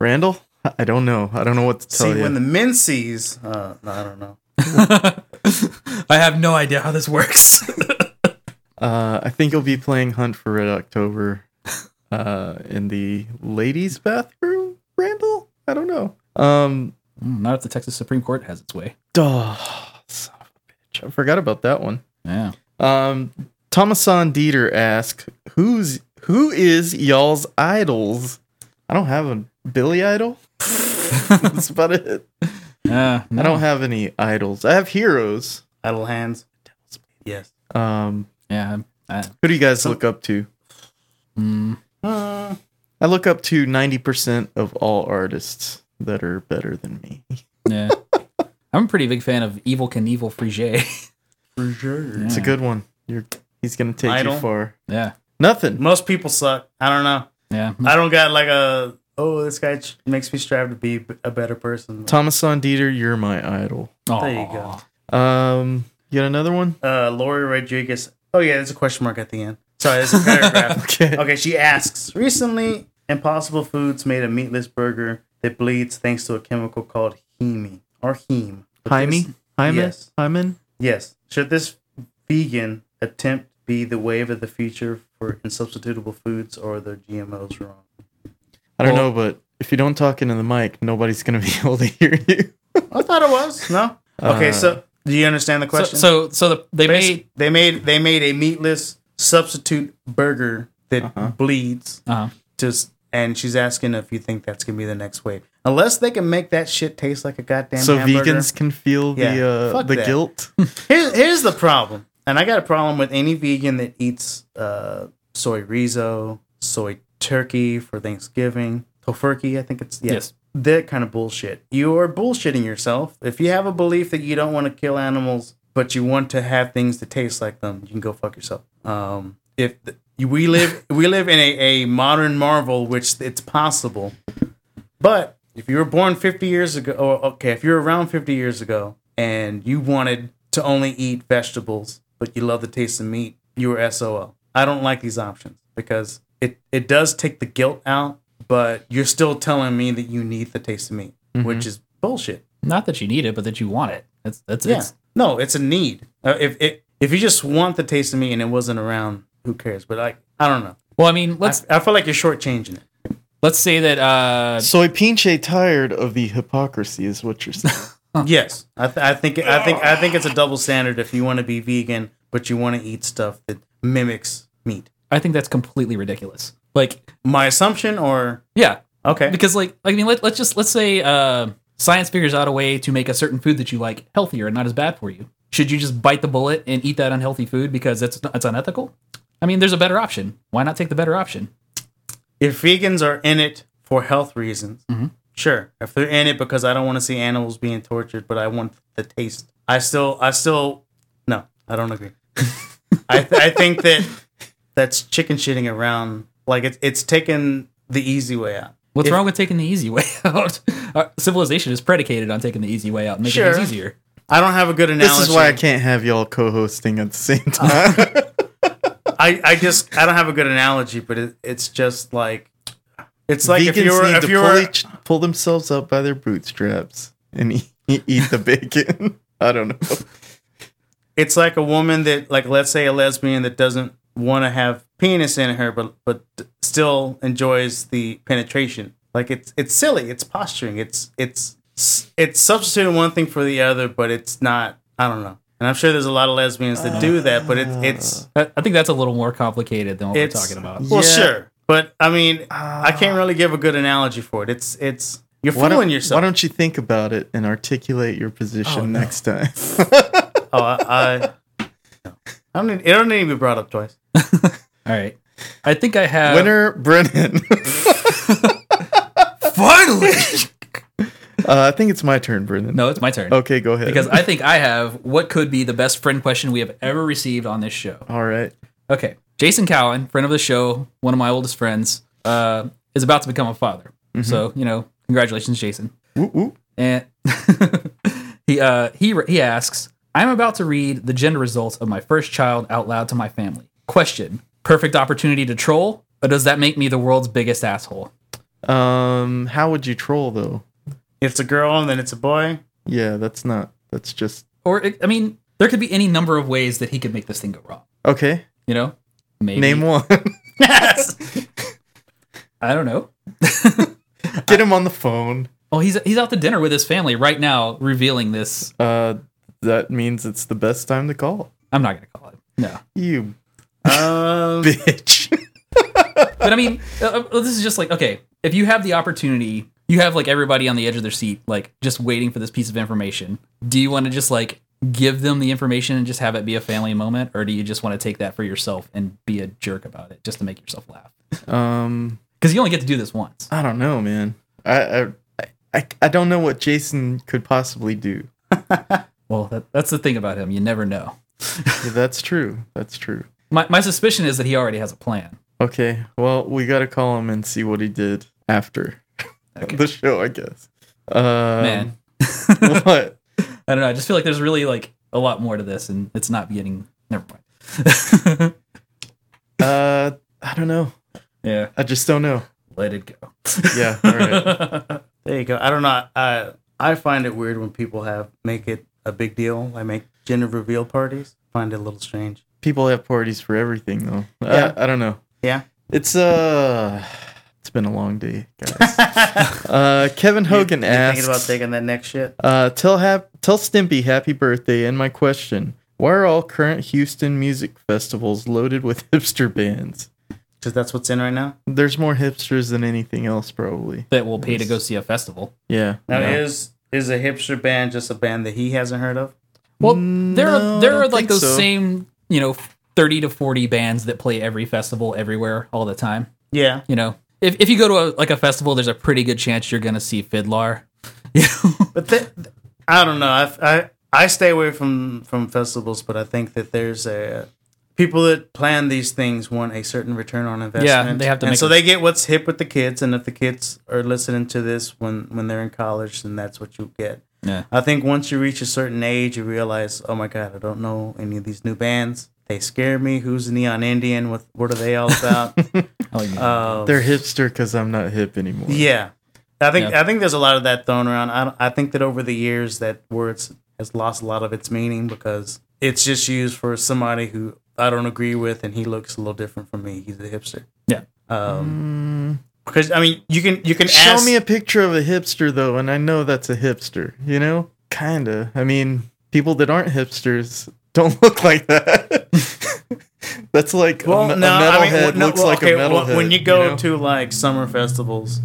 Randall, I- I don't know. I don't know what to
See
tell you.
when the men sees, uh, no, I don't know.
I have no idea how this works.
uh, I think you'll be playing Hunt for Red October uh, in the ladies' bathroom, Randall. I don't know. Um,
Mm, Not if the Texas Supreme Court has its way.
duh, son of a bitch. I forgot about that one.
Yeah.
Um, Thomason Dieter asks, "Who's who is y'all's idols?" I don't have a Billy Idol. That's about it.
Yeah.
I don't have any idols. I have heroes.
Idle hands. Yes.
Um,
Yeah. I,
who do you guys look up to?
mm,
Uh,
I look up to 90% of all artists that are better than me.
yeah. I'm a pretty big fan of Evil Knievel Frege.
for sure.
It's a
Yeah.
good one. You're he's going to take
Hmm. Idol?
you far.
Yeah.
Nothing.
Most people suck. I don't know.
Yeah.
I don't got like a oh this guy ch- makes me strive to be b- a better person.
Thomas on Dieter, you're my idol.
there you go.
Aw.
Um, you got another one?
Uh, Lori Rodriguez. Oh yeah, there's a question mark at the end. Sorry, there's a paragraph.
Okay.
Okay, she asks Recently, Impossible Foods made a meatless burger that bleeds thanks to a chemical called heme or heme. But
Jaime?
this-
Hyman?
Yes.
Hyman?
Yes. Should this vegan attempt be the wave of the future for insubstitutable foods or the GMOs wrong?
I don't
Well-
know, but if you don't talk into the mic, nobody's going to be able to hear you.
I thought it was. No? Okay,
Uh,
so do you understand the
So,
question?
so, so the, they made.
they made they made a meatless substitute burger that bleeds
Uh,
just and she's asking if you think that's gonna be the next wave. Unless they can make that shit taste like a goddamn
so
hamburger.
vegans can feel
Yeah.
the uh,
Fuck
the
that.
guilt.
Here's, here's the problem, and I got a problem with any vegan that eats uh, soy riso, soy turkey for Thanksgiving, tofurkey. I think it's yes.
Yes.
That kind of bullshit. You are bullshitting yourself. If you have a belief that you don't want to kill animals, but you want to have things that taste like them, you can go fuck yourself. Um, if th- we live, we live in a, a modern marvel, which it's possible. But if you were born 50 years ago, or okay, if you're around 50 years ago and you wanted to only eat vegetables, but you love the taste of meat, you were SOL. I don't like these options because it, it does take the guilt out, but you're still telling me that you need the taste of meat, which is bullshit.
not that you need it, but that you want it. That's that's
Yeah.
it's,
no, it's a need. Uh, if, if, if you just want the taste of meat and it wasn't around, who cares? But like, I don't know.
Well, I mean,
I,
let's
I feel like you're shortchanging it.
let's say that uh,
So I pinche tired of the hypocrisy is what you're saying.
Yes, I, th- I think I think I think it's a double standard if you want to be vegan but you want to eat stuff that mimics meat.
I think that's completely ridiculous. Like,
My assumption, or
yeah,
okay,
because like I mean, let, let's just let's say uh, science figures out a way to make a certain food that you like healthier and not as bad for you. Should you just bite the bullet and eat that unhealthy food because it's it's unethical? I mean, there's a better option. Why not take the better option?
if vegans are in it for health reasons,
Mm-hmm.
Mhm.
sure. If they're in it because I don't want to see animals being tortured, but I want the taste, I still, I still, no, I don't agree. I, th- I think that that's chicken shitting around. Like it's it's taking the easy way out.
What's
If-
wrong with taking the easy way out? Our civilization is predicated on taking the easy way out and making
Sure.
things easier.
I don't have a good analogy.
This is why I can't have y'all co-hosting at the same time.
I, I just I don't have a good analogy, but it, it's just like it's like if
Vegans
you were
need
if
to
you
pull,
were
each, pull themselves up e-, by their bootstraps and eat, eat the bacon. I don't know.
it's like a woman that like let's say a lesbian that doesn't want to have penis in her but but still enjoys the penetration like it's it's silly it's posturing it's it's it's substituting one thing for the other but it's not i don't know and i'm sure there's a lot of lesbians that do that but it's it's
I I think that's a little more complicated than what we're talking about.
well
Yeah. Ah.
sure but i mean i can't really give a good analogy for it it's it's you're
Why
fooling
don't,
yourself
why don't you think about it and articulate your position next time?
oh i, I no. I don't, need- it don't need to be brought up twice
All right. I think I have
Winner Brennan.
finally.
Uh, I think it's my turn, Brennan.
no, it's my turn.
Okay, go ahead.
Because I think I have what could be the best friend question we have ever received on this show.
all right.
Okay. Jason Cowan, friend of the show, one of my oldest friends, uh, is about to become a father.
Mm-hmm.
So, you know, congratulations, Jason.
Whoop, whoop.
And he uh, he he asks, "I'm about to read the gender results of my first child out loud to my family. Question: Perfect opportunity to troll, but does that make me the world's biggest asshole?
Um, how would you troll though?
if it's a girl and then it's a boy
Yeah, that's not. That's just
Or it, I mean, there could be any number of ways that he could make this thing go wrong.
okay.
You know, maybe
Name one.
I don't know.
Get him on the phone.
Oh, he's he's out to dinner with his family right now, revealing this.
Uh, that means it's the best time to call.
I'm not gonna call it. No,
You
um,
bitch.
but I mean, uh, uh, this is just like okay, if you have the opportunity, you have like everybody on the edge of their seat, like just waiting for this piece of information. Do you want to just like give them the information and just have it be a family moment, or do you just want to take that for yourself and be a jerk about it just to make yourself laugh?
um,
Because you only get to do this once.
I don't know, man. I I- I I don't know what Jason could possibly do.
Well, that, that's the thing about him; you never know.
Yeah, that's true. That's true.
My my suspicion is that he already has a plan.
Okay. Well, we gotta call him and see what he did after
Okay.
the show, I guess. Um,
Man,
what?
I don't know. I just feel like there's really like a lot more to this, and it's not getting. Never mind.
Uh, I don't know.
yeah,
I just don't know.
let it go.
Yeah. All right.
There you go. I don't know. I I find it weird when people have make it a big deal. I make gender reveal parties. Find it a little strange.
People have parties for everything, though.
Yeah.
I, I don't know.
Yeah.
It's uh, it's been a long day, guys. uh, Kevin Hogan
you, you
asks,
thinking about taking that next shit.
uh, "Tell hap- tell Stimpy happy birthday." And my question: Why are all current Houston music festivals loaded with hipster bands?
Because that's what's in right now.
There's more hipsters than anything else, probably.
that will pay to go see a festival.
Yeah.
Now
yeah.
is is a hipster band just a band that he hasn't heard of?
Well,
Mm,
there
no,
are there
I
are
don't
like
think
those
so.
same you know thirty to forty bands that play every festival everywhere all the time.
Yeah.
You know, if if you go to a, like a festival, there's a pretty good chance you're gonna see Fiddlar. You know,
But th- th- I don't know. I, I I stay away from from festivals, but I think that there's a people that plan these things want a certain return on investment.
they have to
and
make
so
a-
they get what's hip with the kids, and if the kids are listening to this when when they're in college, then that's what you get.
Yeah.
I think once you reach a certain age, you realize, oh my god, I don't know any of these new bands. They scare me. Who's the Neon Indian? What what are they all about?
Oh, yeah.
um,
They're hipster because I'm not hip anymore.
yeah, I think
Yeah.
I think there's a lot of that thrown around. I don't- I think that over the years that words has lost a lot of its meaning because it's just used for somebody who I don't agree with, and he looks a little different from me. He's a hipster.
Yeah.
Um, because I mean, you can you can
Mm. Show
ask,
me a picture of a hipster though, and I know that's a hipster. You know, kinda. I mean, people that aren't hipsters don't look like that. that's like a, me- a metalhead
well, no,
looks
well,
like
okay,
a
well,
metalhead.
When you go
know?
to like summer festivals,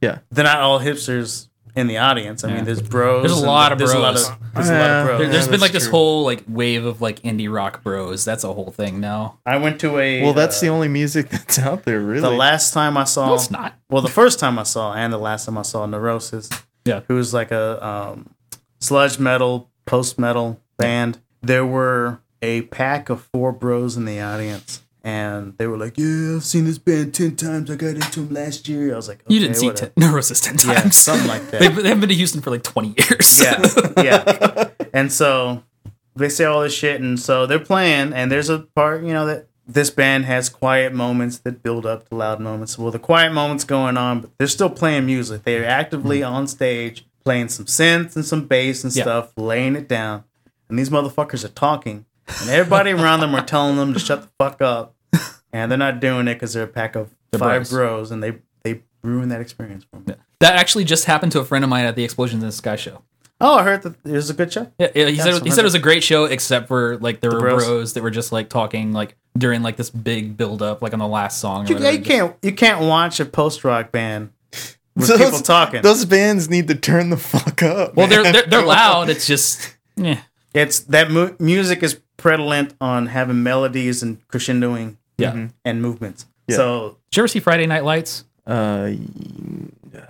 Yeah.
they're not all hipsters in the audience. I
Yeah.
mean, there's bros.
There's a
and
lot of
there's A lot
bros.
of, there's a lot
Yeah.
of bros.
there, has
yeah,
been
that's
like this
true.
whole like wave of like indie rock bros. That's a whole thing now.
I went to a.
well, that's
uh,
the only music that's out there, really.
the last time I saw.
No, it's not.
Well, the first time I saw and the last time I saw Neurosis,
Yeah.
who's like a um, sludge metal, post metal band. There were a pack of four bros in the audience, and they were like, "Yeah, I've seen this band ten times. I got into them last year." I was like,
You
"Okay,
didn't see
whatever."
ten, Neurosis ten times.
Yeah, something like
they,
that.
they haven't been to Houston for like twenty years.
yeah, yeah. And so they say all this shit, and so they're playing, and there's a part, you know, that this band has quiet moments that build up to loud moments. Well, the quiet moments going on, but they're still playing music. They're actively on stage playing some synths and some bass and
Mm. Yeah.
stuff, laying it down. and these motherfuckers are talking, and everybody around them are telling them to shut the fuck up, and they're not doing it because they're a pack of
They're
five
bros.
bros, and they they ruin that experience for me.
That actually just happened to a friend of mine at the Explosions in the Sky show.
Oh, I heard that it was a good show.
Yeah, yeah, he
Yeah,
said he
so-
said it was a great show, except for like there were
bros.
bros. that were just like talking like during like this big build up, like on the last song. Or
You, yeah,
whatever.
you can't you can't watch a post rock band with
Those-
people talking.
Those bands need to turn the fuck up.
Well, they're
man.
they're, they're loud. It's just yeah,
it's that mu- music is prevalent on having melodies and crescendoing
yeah.
and movements.
Yeah.
So
Did you ever see Friday Night Lights,
Uh, y-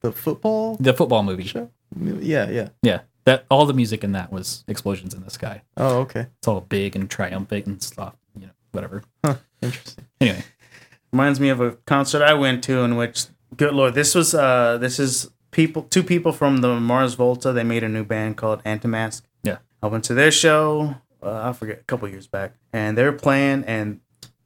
the football.
the football movie?
Sure. Yeah, yeah.
Yeah, that all the music in that was Explosions in the Sky.
Oh, okay.
It's all big and triumphant and stuff. You know, whatever.
Interesting.
Anyway,
reminds me of a concert I went to in which good lord this was uh this is people two people from the Mars Volta they made a new band called Antimask
Yeah.
I went to their show uh, I forget a couple years back and they were playing and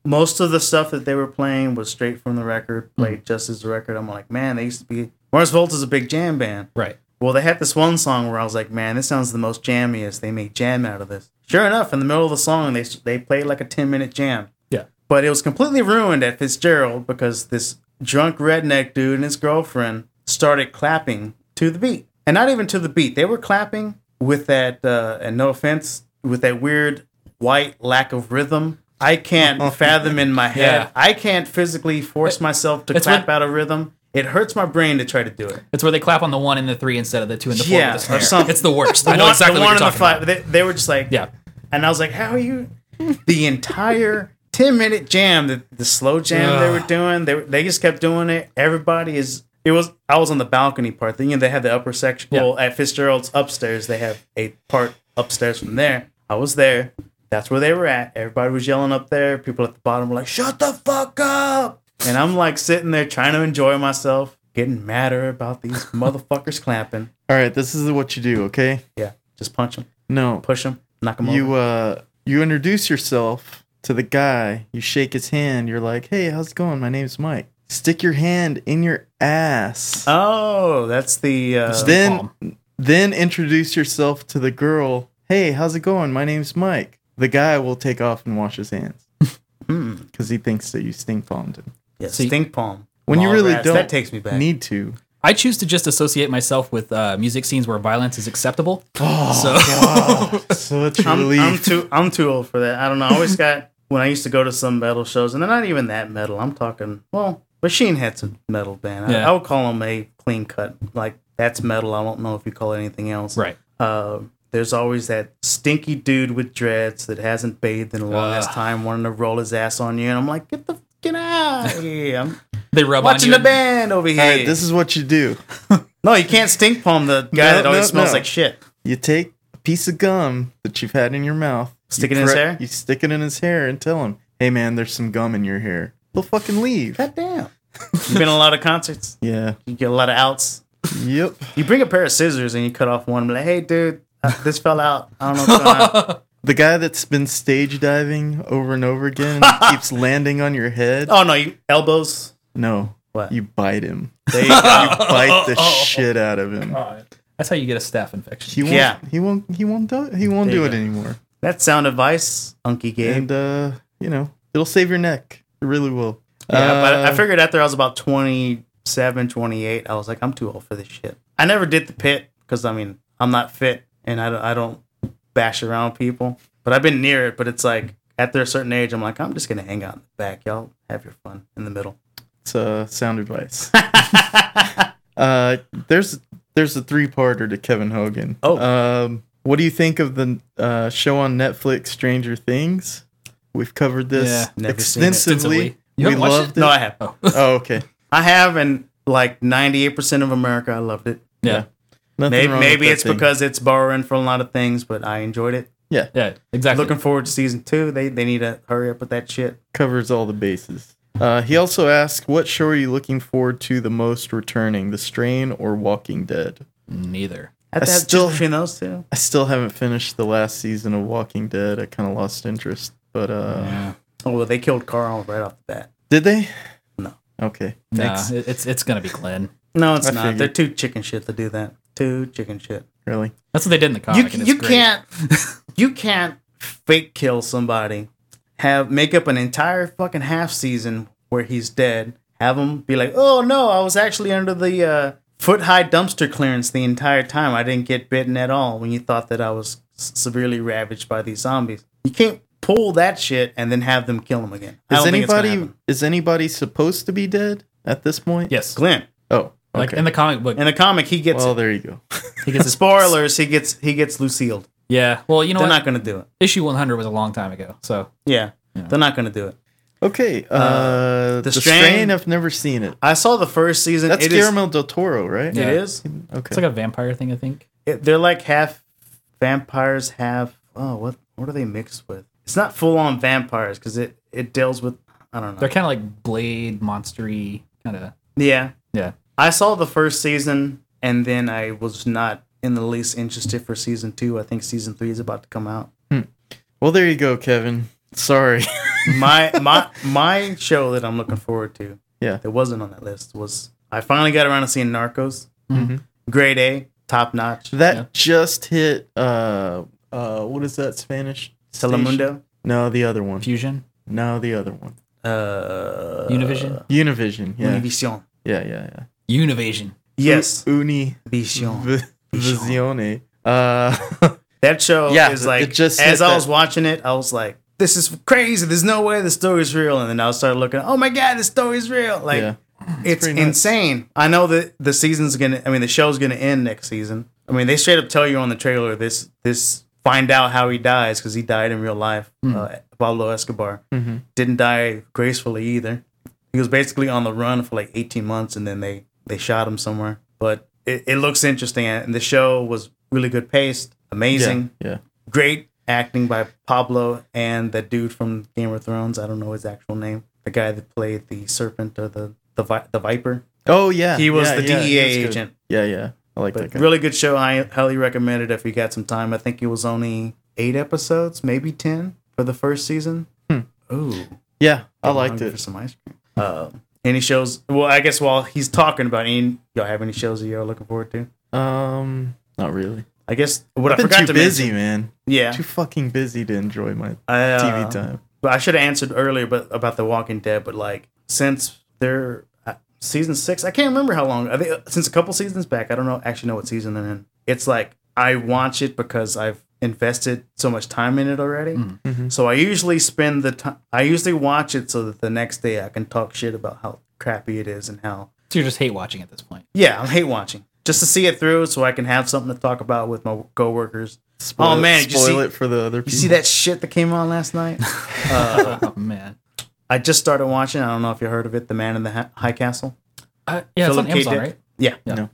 most of the stuff that they were playing was straight from the record
Hmm.
played just as the record I'm like man they used to be Mars Volta's a big jam band
right.
well, they had this one song where I was like, man, this sounds the most jammiest. They made jam out of this. Sure enough, in the middle of the song, they they played like a 10 minute jam.
Yeah.
But it was completely ruined at Fitzgerald because this drunk redneck dude and his girlfriend started clapping to the beat. And not even to the beat. They were clapping with that, uh, and no offense, with that weird white lack of rhythm. I can't fathom in my head.
Uh-huh. Yeah.
I can't physically force myself to
it's
clap
when-
out of rhythm. It hurts my brain to try to do it.
It's where they clap on the one and the three instead of the two and the four.
Yeah,
with the
or
snare.
something.
It's the worst.
The
I know
one-
exactly
the
what
one
you're
and
talking
the
about.
five. They, they were just like,
Yeah.
And I was like, how are you? The entire ten minute jam, the, the slow jam they were
Ugh.
doing, they were- they just kept doing it. Everybody is. It was. I was on the balcony part. You know, they had the upper section.
Yeah.
Well, at Fitzgerald's upstairs, they have a part upstairs from there. I was there. That's where they were at. Everybody was yelling up there. People at the bottom were like, "Shut the fuck up!" And I'm like sitting there trying to enjoy myself, getting madder about these motherfuckers clapping.
All right, this is what you do. Okay.
Yeah, just punch them
No,
push him, knock him
you
over.
uh, you introduce yourself to the guy. You shake his hand. You're like, "Hey, how's it going? My name's Mike." Stick your hand in your ass.
Oh, that's the uh,
then then introduce yourself to the girl. Hey, how's it going? My name's Mike. The guy will take off and wash his hands
Hmm.
because he thinks that you stink bombed him.
yeah,
See-
stink palm.
When you
Mall
really
rats,
don't
that takes me back.
Need to.
I choose to just associate myself with uh, music scenes where violence is acceptable.
Oh, God. such
I'm,
relief.
I'm too I'm too old for that. I don't know. I always got when I used to go to some metal shows, and they're not even that metal. I'm talking well, Machine Head's a metal band. I-
Yeah.
I, would call them a clean cut. Like that's metal. I don't know if you call it anything else.
Right.
Uh, there's always that stinky dude with dreads that hasn't bathed in a long ass
Ugh.
time, wanting to roll his ass on you, and I'm like, get the get out! of here. I'm
They rub on
watching
you.
the band over here.
All right, this is what you do.
No, you can't stink palm the guy
No,
that always
no,
smells
no.
like shit.
You take a piece of gum that you've had in your mouth,
Stick
you
it in his
pre-
hair?
You stick it in his hair and tell him, "Hey, man, there's some gum in your hair." He'll fucking leave.
God damn. You've been to a lot of concerts.
Yeah.
You get a lot of outs.
Yep.
You bring a pair of scissors and you cut off one. be like, hey, dude, uh, this fell out. I don't know what's going on.
The guy that's been stage diving over and over again and keeps landing on your head.
Oh, no, you, elbows.
No.
What?
You bite him.
There you go.
Bite the shit out of him.
That's how you get a staph infection.
He won't
Yeah.
he won't he won't do he won't
There
do
you
it
go.
anymore.
That's sound advice, Unky Gabe.
And uh, you know, it'll save your neck. It really will.
Yeah, but I
Uh,
figured after I was about 27, 28, I was like, I'm too old for this shit. I never did the pit because, I mean, I'm not fit and I don't, I don't bash around people. But I've been near it, but it's like after a certain age, I'm like, I'm just going to hang out in the back. Y'all have your fun in the middle.
It's uh, sound advice. uh, there's there's a three parter to Kevin Hogan.
Oh.
Um, what do you think of the uh, show on Netflix, Stranger Things? We've covered this
Yeah,
never seen it.
extensively.
Extensively. You
we
haven't watched
loved it.
No, I have.
Oh.
Oh, okay.
I have, and like 98% of America, I loved it.
Yeah.
Nothing
Maybe,
wrong with
maybe
that
it's
thing.
because it's borrowing from a lot of things, but I enjoyed it.
Yeah, exactly.
Looking forward to season two. They they need to hurry up with that shit.
covers all the bases. Uh, he also asked, "What show are you looking forward to the most returning, The Strain or Walking Dead?"
Neither.
Have to
I
have
still-
still between those two.
I still haven't finished the last season of Walking Dead. I kind of lost interest, but uh,
Oh well, they killed Carl right off the bat.
did they?
No. Mm.
Okay.
Nah,
Thanks.
it- it's it's gonna be Glenn.
No, it's
I
not.
figured.
They're too chicken shit to do that. Too chicken shit.
really.
That's what they did in the
Oh,
comic.
You
and it's
you
great.
can't you can't fake kill somebody, have make up an entire fucking half season where he's dead, have him be like, oh no, I was actually under the uh, foot high dumpster clearance the entire time. I didn't get bitten at all. When you thought that I was s- severely ravaged by these zombies, you can't pull that shit and then have them kill him again. I
Is
don't think it's gonna
anybody
happen.
is anybody supposed to be dead at this point?
Yes,
Glenn
Oh,
like
okay.
in the comic book,
in the comic he gets
well, there you go.
he gets his
spoilers. He gets he gets Lucille.
Yeah. Well, you know
They're
what?
not gonna do it.
Issue 100 was a long time ago, so
Yeah, they're not gonna do it.
Okay, uh, the, strain,
Strain-
I've never seen it.
I saw the first season.
That's
It is-
Guillermo del Toro, right?
Yeah.
It is.
Okay.
it's like a vampire thing, I think.
It- they're like half vampires, half oh what what are they mixed with? It's not full on vampires because it it deals with I don't know.
They're kind of like blade monstery kind of.
yeah,
Yeah.
I saw the first season and then I was not in the least interested for season two. I think season three is about to come out.
well, there you go, Kevin. Sorry.
My my my show that I'm looking forward to.
Yeah.
that wasn't on that list was I finally got around to seeing Narcos.
Mhm.
Grade A, top notch.
that
Yeah.
just hit. Uh, uh, what is that Spanish? station?
Telemundo.
No, the other one.
Fusion,
No, the other one.
Uh,
Univision,
Univision. Yeah.
Univision.
yeah, yeah, yeah.
Univision.
Yes.
Uni
Vision.
v- Visione. Uh,
That show
Yeah,
is
it
like
just hit
as I
that-
was watching it, I was like, "This is crazy. There's no way the story's real." And then I started looking, "Oh my god, the story's real!" Like
yeah.
it's
pretty nuts.
insane. I know that the season's gonna. I mean, the show's gonna end next season. I mean, they straight up tell you on the trailer this this find out how he dies because he died in real life.
Hmm.
Uh, Pablo Escobar
Mhm.
didn't die gracefully either. He was basically on the run for like 18 months, and then they they shot him somewhere. But it, it looks interesting, and the show was really good paced, amazing
Yeah. yeah.
great acting by Pablo and that dude from Game of Thrones. I don't know his actual name. The guy that played the serpent or the the, vi- the viper.
Oh yeah.
He was
yeah,
the
yeah,
DEA
that's good.
agent.
Yeah, yeah. I like that
But
guy.
really good show. I highly recommend it if you got some time. I think it was only eight episodes, maybe ten for the first season.
Hmm.
Ooh,
yeah, I
I'm
liked
hungry For
it.
some ice cream. Uh, any shows? Well, I guess while he's talking about it, any, y'all have any shows that y'all looking forward to?
Um, not really.
I guess what i
I've been
forgot
too
to
busy,
mention.
man.
Yeah,
Too fucking busy to enjoy my
I, uh,
TV time.
But I should have answered earlier, but about the Walking Dead. But like since they're uh, season six, I can't remember how long. I think since a couple seasons back, I don't know actually know what season they're in. It's like I watch it because I've invested so much time in it already.
Mhm.
So I usually spend the time. I usually watch it so that the next day I can talk shit about how crappy it is and how
So you just hate watching at this point.
yeah, I'm hate watching just to see it through so I can have something to talk about with my coworkers.
Spoil,
oh man, did you
spoil
see,
it for the other people.
you see that shit that came on last night? Uh,
oh man.
I just started watching. I don't know if you heard of it, The Man in the Ha- High Castle.
Uh, yeah, it's
Philip
on
K.
Amazon,
Dick.
right?
Yeah,
Yeah.
No.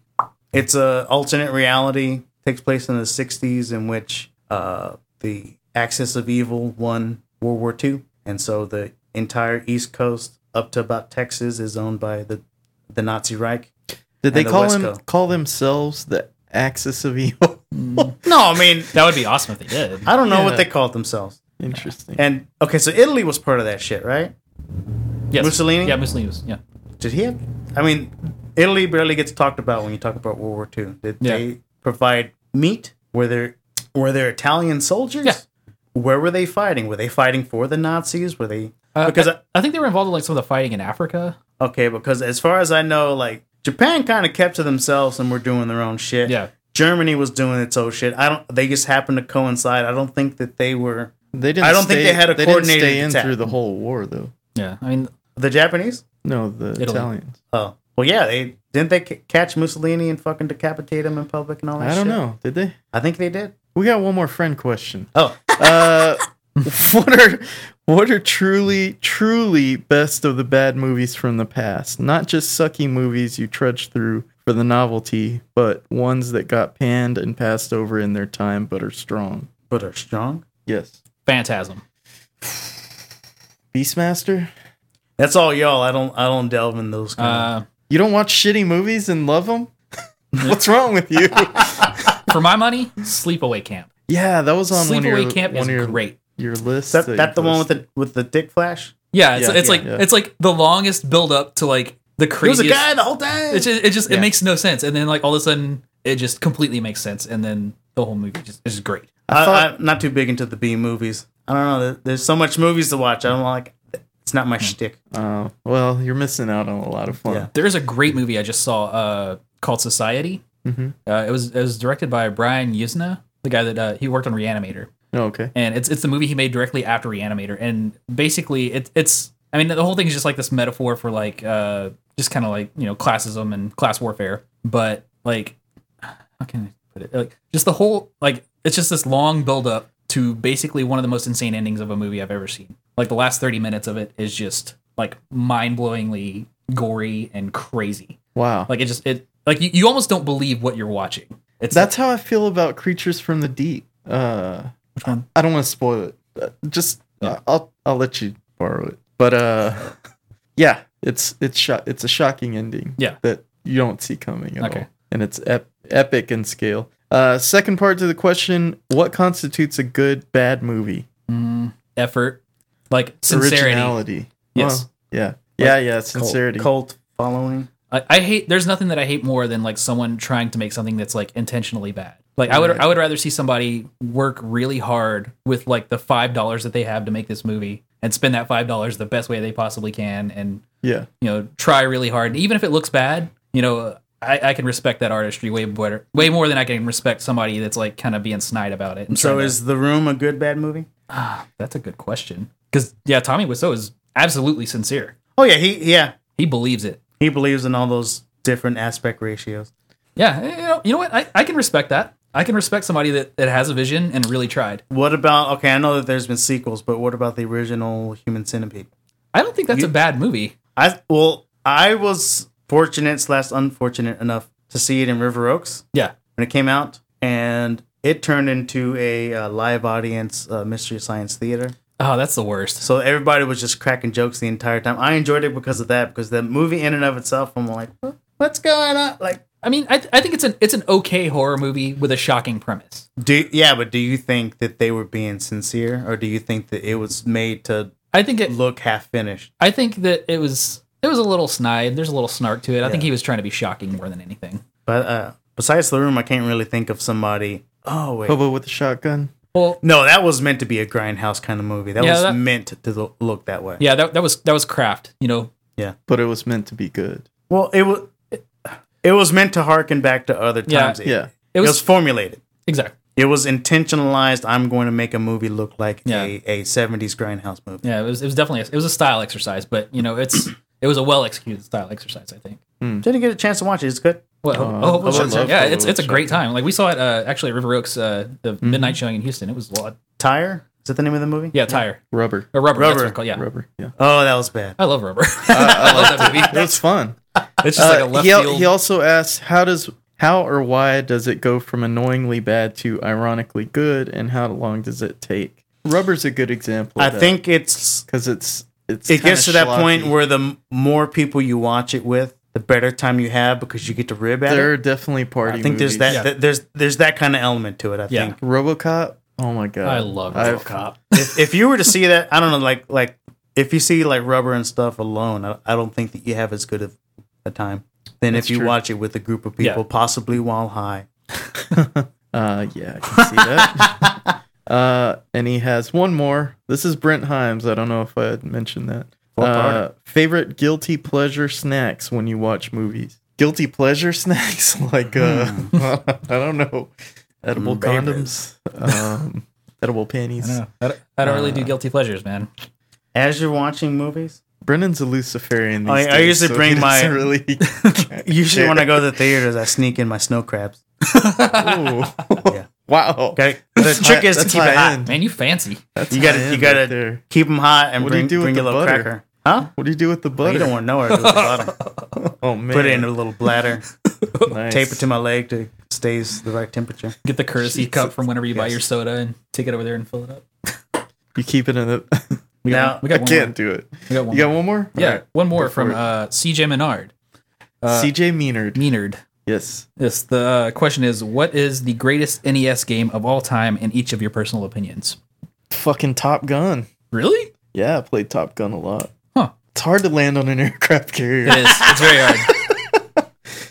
It's a alternate reality takes place in the '60s, in which uh, the Axis of Evil won World War II, and so the entire East Coast up to about Texas is owned by the the Nazi Reich.
Did they
and the
call
West
him
Coast.
call themselves the Axis of Evil?
Mm-hmm.
No, I mean
That would be awesome if they did.
I don't know
Yeah.
what they called themselves.
Interesting.
And okay, so Italy was part of that shit, right?
Yes.
Mussolini?
Yeah, Mussolini was. Yeah.
Did he have? I mean, Italy barely gets talked about when you talk about World War II. Did
Yeah.
they provide meat? Were there were there Italian soldiers?
Yeah.
Where were they fighting? Were they fighting for the Nazis? Were they
Uh,
Because
I,
I-
I think they were involved in like some of the fighting in Africa.
okay? Because as far as I know, like Japan kind of kept to themselves and were doing their own shit.
Yeah.
Germany was doing its own shit. I don't. They just happened to coincide. I don't think that they were
They didn't.
I don't think
stay-
they had a
didn't
coordinated
stay in
attack.
through the whole war though.
Yeah. I mean,
the Japanese.
No, the Italians.
Oh well, yeah. They didn't they ca- catch Mussolini and fucking decapitate him in public and all that.
I don't
Oh, shit?
know. Did they?
I think they did.
We got one more friend question.
Oh,
Uh, what are what are truly truly best of the bad movies from the past? Not just sucky movies you trudge through for the novelty, but ones that got panned and passed over in their time but are strong.
but are strong.
Yes.
Phantasm.
Beastmaster?
That's all y'all. I don't I don't delve in those kind
Uh,
You don't watch shitty movies and love them? What's wrong with you?
for my money, Sleepaway Camp.
yeah, that was on Um, one of
Sleepaway
your,
Camp
one
is
of your,
great.
your list.
of, that,
you
that the one with
posted.
the with the dick flash?
Yeah, it's,
Yeah.
it's like
Yeah.
it's like the longest build up to like the
There was
craziest.
a guy the whole time.
It's just, it just
Yeah.
it makes no sense, and then like all of a sudden it just completely makes sense, and then the whole movie just is great.
I
thought-
I, am not too big into the B movies. I don't know. there- There's so much movies to watch. I don't like. It's not my shtick.
Oh, well, you're missing out on a lot of fun.
Yeah.
There is a great movie I just saw uh, called Society.
Mhm.
Uh, it was it was directed by Brian Yuzna, the guy that uh, he worked on Reanimator.
Oh, okay.
and it's it's the movie he made directly after Reanimator, and basically it, it's I mean the whole thing is just like this metaphor for like uh just kind of like you know classism and class warfare, but like how can I put it like just the whole like it's just this long build up to basically one of the most insane endings of a movie I've ever seen. Like the last thirty minutes of it is just like mind blowingly gory and crazy.
Wow.
Like it just it like you, you almost don't believe what you're watching. It's
That's how I feel about Creatures from the Deep. Uh,
which one?
I don't want to spoil it. Uh, Just uh, I'll I'll let you borrow it. But uh, yeah, it's it's sho- it's a shocking ending.
Yeah.
that you don't see coming at
Okay.
all, and it's ep- epic in scale. Uh, second part to the question: What constitutes a good bad movie?
Mm, effort, like sincerity.
Originality.
Yes.
Well, yeah. yeah. Yeah. Sincerity.
Cult, cult following.
I, I hate there's nothing that I hate more than like someone trying to make something that's like intentionally bad. Like I would I would rather see somebody work really hard with like the five dollars that they have to make this movie and spend that five dollars the best way they possibly can and
Yeah.
you know try really hard. And even if it looks bad, you know, I, I can respect that artistry way better way more than I can respect somebody that's like kind of being snide about it. and
So
trying to-
is The Room a good bad movie?
ah, that's a good question. Because yeah, Tommy Wiseau is absolutely sincere.
Oh yeah, he yeah
He believes it.
he believes in all those different aspect ratios.
Yeah, you know, you know what? I, I can respect that. I can respect somebody that, that has a vision and really tried.
What about okay? I know that there's been sequels, but what about the original Human Centipede?
I don't think that's
You-
a bad movie.
I well, I was fortunate slash unfortunate enough to see it in River Oaks
Yeah.
when it came out, and it turned into a uh, live audience uh, mystery science theater.
Oh, that's the worst.
So everybody was just cracking jokes the entire time. I enjoyed it because of that, because the movie in and of itself, I'm like, what's going on? Like,
I mean, I, I think it's an it's an okay horror movie with a shocking premise.
do yeah, but do you think that they were being sincere, or do you think that it was made to
I think it
look half finished?
I think that it was it was a little snide. There's a little snark to it. I think he was trying to be shocking more than anything.
But uh, besides the room, I can't really think of somebody. Oh wait,
Hobo with a shotgun.
Well,
No, that was meant to be a grindhouse kind of movie. That
Yeah,
was
that-
meant to lo- look that way.
yeah, that, that was that was craft. You know,
But it was meant to be good.
Well, it was it was meant to harken back to other
Yeah.
times. It-
Yeah.
It,
it
was,
was,
formulated.
exactly.
It was intentionalized. I'm going to make a movie look like
Yeah.
a, a 70s grindhouse movie.
Yeah, it was it was definitely a, it was a style exercise, but you know, it's it was a well executed style exercise. I think.
Didn't get a chance to watch it. It's good.
Well,
Uh,
oh,
I
well,
love
yeah,
Hobo
it's
with
it's a great time. Like we saw it uh, actually at River Oaks, uh, the midnight showing in Houston. It was a lot.
Tire is that the name of the movie?
Yeah, tire
Rubber.
or rubber. That's
Rubber.
what it's called. Yeah,
Rubber. Yeah.
Oh, that was bad.
I love rubber. I love that movie.
It was fun.
It's just like a
Uh,
left
he, al-
field.
he also asks how does how or why does it go from annoyingly bad to ironically good and how long does it take rubber's a good example
I think it's
because it's it's
it gets to
kinda
that point
schlocky.
where the m- more people you watch it with, the better time you have because you get to rib at
there
it.
are definitely party
I think there's
movies.
that,
Yeah.
that there's there's that kind of element to it. I
Yeah.
think.
robocop oh my god
I love
I've-
RoboCop.
if, if you were to see that, I don't know, like like if you see like rubber and stuff alone, I, I don't think that you have as good of a time than if
That's
you
true.
watch it with a group of people,
Yeah.
possibly while high.
uh yeah i can see that uh and he has one more this is brent himes i don't know if i had mentioned that
What part?
uh, favorite guilty pleasure snacks when you watch movies guilty pleasure snacks like uh
Hmm.
i don't know
Mm,
edible
Favorites.
condoms um edible
I
panties
don't, know. I don't, I don't really do guilty pleasures, man.
As you're watching movies,
brennan's a luciferian these
I- I
days,
usually
so he
bring my-
doesn't really
usually when I go to the theaters, I sneak in my snow crabs.
Ooh.
Yeah.
wow
Okay, the trick is to
That's
keep
high
it hot.
end.
Man, you fancy.
That's
You gotta-
high
you
end
gotta-
there.
Keep them hot and
What do you
bring
do with
bring
the
a little
butter?
cracker. Huh?
what do you do with the butter
You don't want to know where to do with the butter.
oh man
Put it in a little bladder,
Nice.
tape it to my leg to stays the right temperature.
Get the courtesy cup from whenever you buy
Yes.
your soda and take it over there and fill it up.
you keep it in the
We
Now-
got, we
I
got one.
can't do it.
More. We got one.
You got
more.
one more?
Yeah, one more from
for it.
uh, CJ Menard. Uh,
CJ Meanard.
Menard.
yes.
Yes. The uh, question is, what is the greatest NES game of all time in each of your personal opinions?
Fucking Top Gun.
Really?
Yeah, I played Top Gun a lot.
Huh.
It's hard to land on an aircraft carrier.
It is. It's very hard.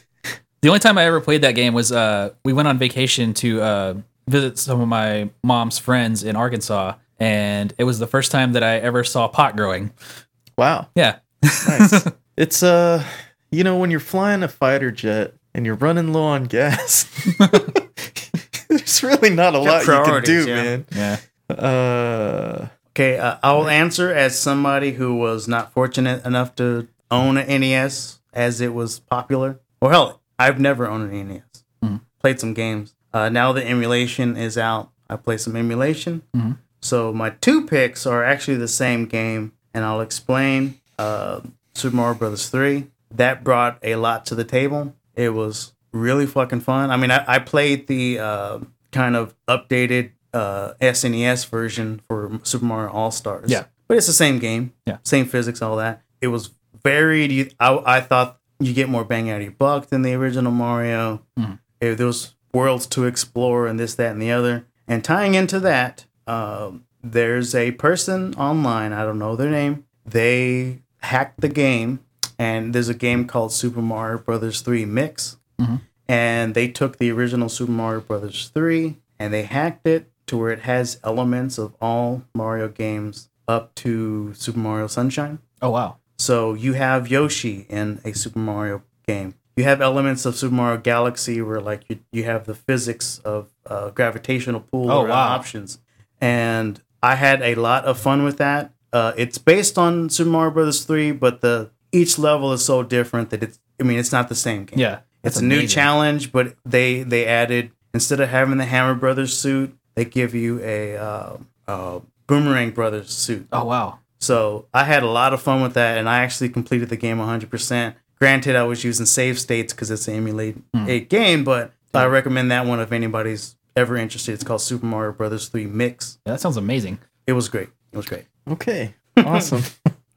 The only time I ever played that game was uh, we went on vacation to uh, visit some of my mom's friends in Arkansas, and it was the first time that I ever saw pot growing.
Wow.
Yeah,
Nice. it's uh you know when you're flying a fighter jet and you're running low on gas. there's really not a lot you can
priorities,
do,
yeah.
man.
yeah.
Uh
Okay, uh, I'll answer as somebody who was not fortunate enough to own an NES as it was popular. Or hell, I've never owned an NES. Played some games. Uh, now the emulation is out. I play some emulation. So my two picks are actually the same game, and I'll explain. Uh, Super Mario Brothers three that brought a lot to the table. It was really fucking fun. I mean, I, I played the uh, kind of updated uh, SNES version for Super Mario All Stars.
Yeah.
but it's the same game.
Yeah.
same physics, all that. It was varied. You- I, I thought you get more bang out of your buck than the original Mario if there was eh, worlds to explore and this, that, and the other. And tying into that, um, there's a person online. I don't know their name. They hacked the game, and there's a game called Super Mario Brothers Three Mix, and they took the original Super Mario Brothers Three and they hacked it to where it has elements of all Mario games up to Super Mario Sunshine.
Oh wow.
So you have Yoshi in a Super Mario game. You have elements of Super Mario Galaxy where like you, you have the physics of uh, gravitational pull
Oh,
around
wow.
options. And I had a lot of fun with that. Uh, it's based on Super Mario Brothers 3, but the each level is so different that it's I mean it's not the same game.
Yeah.
It's
That's
a new
amazing.
challenge, but they they added instead of having the Hammer Brothers suit, they give you a uh, uh, Boomerang Brothers suit.
Oh wow.
So I had a lot of fun with that, and I actually completed the game 100%. Granted, I was using save states because it's an emulate a game, but I recommend that one if anybody's ever interested. It's called Super Mario Brothers 3 Mix.
Yeah, that sounds amazing.
It was great. It was great.
okay. Awesome.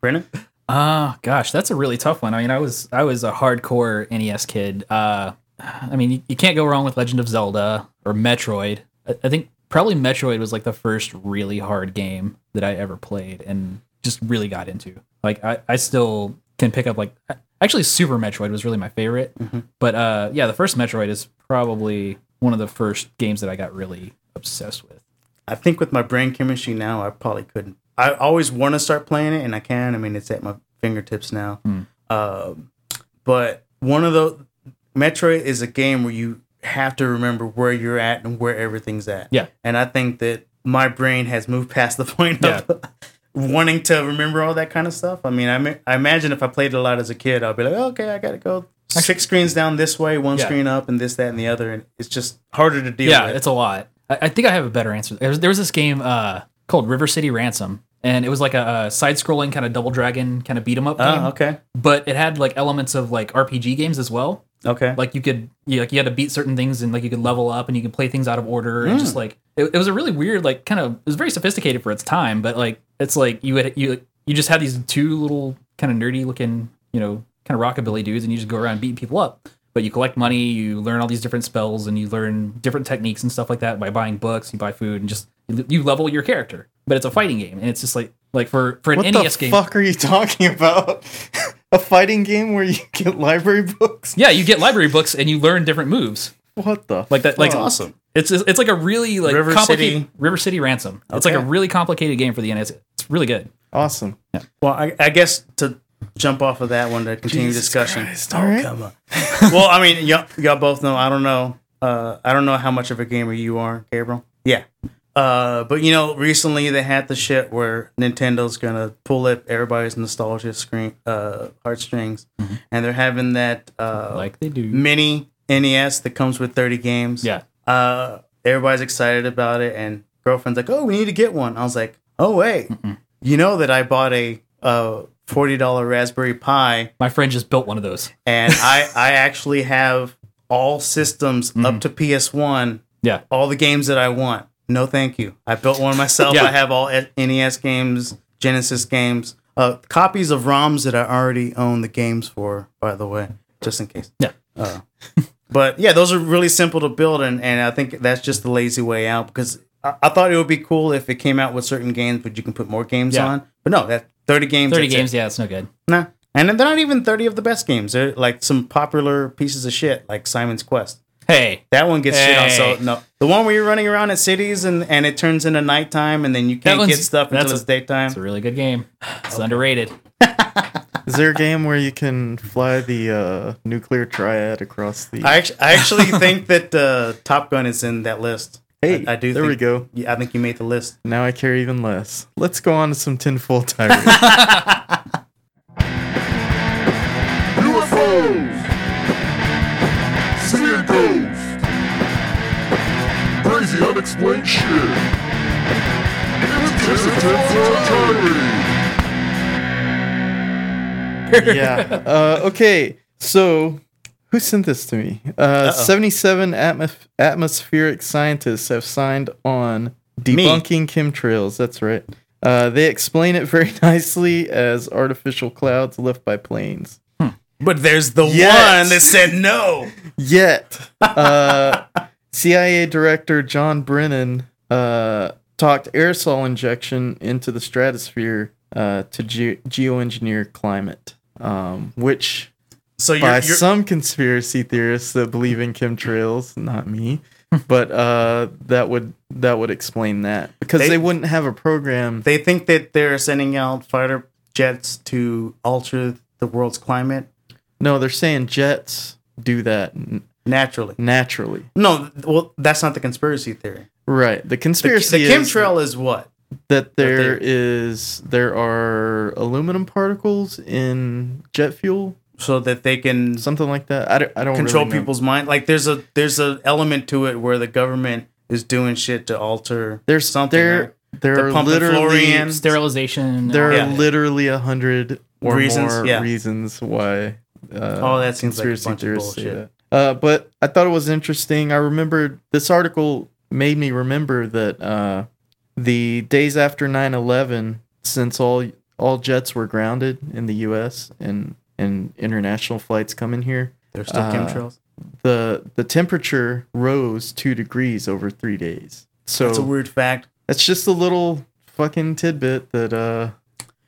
Brennan?
Ah, gosh, that's a really tough one. I mean, I was I was a hardcore NES kid. Uh, I mean, you, you can't go wrong with Legend of Zelda or Metroid. I, I think probably Metroid was like the first really hard game that I ever played and just really got into. Like, I, I still can pick up like actually Super Metroid was really my favorite. But uh, yeah, the first Metroid is probably one of the first games that I got really obsessed with.
I think with my brain chemistry now, I probably couldn't. I always want to start playing it, and I can. I mean, it's at my fingertips now.
Hmm.
Um, but one of the Metroid is a game where you have to remember where you're at and where everything's at.
Yeah.
And I think that my brain has moved past the point of wanting to remember all that kind of stuff. I mean, I, ma- I imagine if I played it a lot as a kid, I'll be like, okay, I got to go six screens down this way, one
Yeah.
screen up, and this, that, and the other. And it's just harder to deal
yeah,
with.
it's a lot. I, I think I have a better answer. There was, there was this game uh, called River City Ransom, and it was like a, a side-scrolling kind of Double Dragon kind of beat 'em up game,
oh, okay.
but it had like elements of like RPG games as well.
Okay.
Like you could, you, like you had to beat certain things, and like you could level up, and you could play things out of order, and
Hmm.
just like it, it was a really weird, like kind of it was very sophisticated for its time, but like it's like you had you you just had these two little kind of nerdy looking, you know, kind of rockabilly dudes, and you just go around beating people up but you collect money, you learn all these different spells, and you learn different techniques and stuff like that by buying books. You buy food, and just you level your character. But it's a fighting game, and it's just like like for for an
What
NES
the
E game.
fuck are you talking about? a fighting game where you get library books?
Yeah, you get library books and you learn different moves
What the
like that. Like
fuck?
Oh, awesome.
It's it's like a really like
River
complicated
City.
River City Ransom. It's like a
Okay.
really complicated game for the NES. It's really good.
awesome.
Well, I, I guess to jump off of that one to continue discussion.
all right.
Come on. well, I mean, y'all, y'all both know. I don't know. Uh, I don't know how much of a gamer you are, Gabriel. Yeah. Uh, but you know, recently they had the shit where Nintendo's gonna pull at everybody's nostalgia screen uh, heartstrings, and they're having that uh,
Like they do.
mini NES that comes with 30 games.
Yeah.
Uh, everybody's excited about it, and girlfriend's like, "Oh, we need to get one." I was like, "Oh wait, you know that I bought a uh, forty dollar Raspberry Pi,
My friend just built one of those.
and I I actually have all systems up to PS One,
Yeah.
all the games that I want. No, thank you. I built one myself.
Yeah.
I have all NES games, Genesis games, uh, copies of ROMs that I already own the games for, by the way, just in case.
Yeah.
Uh, but yeah, those are really simple to build, and, and I think that's just the lazy way out because I, I thought it would be cool if it came out with certain games, but you can put more games
Yeah.
on. But no, that 30 games.
30
that's it.
games, yeah, it's no good.
Nah, And they're not even 30 of the best games. They're like some popular pieces of shit, like Simon's Quest.
Hey,
That one gets shit on. So
Hey.
no, the one where you're running around in cities and, and it turns into nighttime, and then you can't
one's-
get stuff
that's
until
a-
it's daytime.
it's a really good game. It's underrated.
Is there a game where you can fly the uh, nuclear triad across the?
I actually, I actually think that uh, Top Gun is in that list.
hey,
I, I do.
There
think,
we go.
Yeah, I think you made the list.
Now I care even less. Let's go on to some tinfoil tirade.
UFOs! Seeing ghosts! Crazy unexplained shit! It's just a tinfoil tirade!
yeah. Uh, okay. So, who sent this to me? Uh, Seventy-seven atmos- atmospheric scientists have signed on debunking chemtrails. That's right. Uh, they explain it very nicely as artificial clouds left by planes.
But there's the
Yes.
one that said no.
yet. Uh, CIA Director John Brennan uh, talked aerosol injection into the stratosphere uh, to ge- geoengineer climate, um, which
So you're,
by
you're
some conspiracy theorists that believe in chemtrails, not me, but uh, that would that would explain that because
They-
they wouldn't have a program.
they think that they're sending out fighter jets to alter the world's climate
No, they're saying jets do that n-
naturally.
naturally.
No, th- well, that's not the conspiracy theory.
Right. The
The, the
conspiracy is
chemtrail is what?
that there
they-
is there are aluminum particles in jet fuel
So that they can
something like that i don't, I don't
control
really know.
people's mind. Like there's a there's an element to it where the government is doing shit to alter.
there's
something.
there
right?
there
They're
are
pumping
literally
fluorine.
Sterilization.
there
Yeah.
are literally a hundred or
Reasons,
more
yeah.
reasons why uh,
Oh, that seems like a
conspiracy
bunch of
theorists say
bullshit.
that. Uh, but I thought it was interesting. I remembered this article made me remember that uh, the days after 9/11, since all all jets were grounded in the U.S. and and international flights come in here,
There's still
uh,
chemtrails.
the the temperature rose two degrees over three days. So
That's a weird fact.
that's just a little fucking tidbit that uh,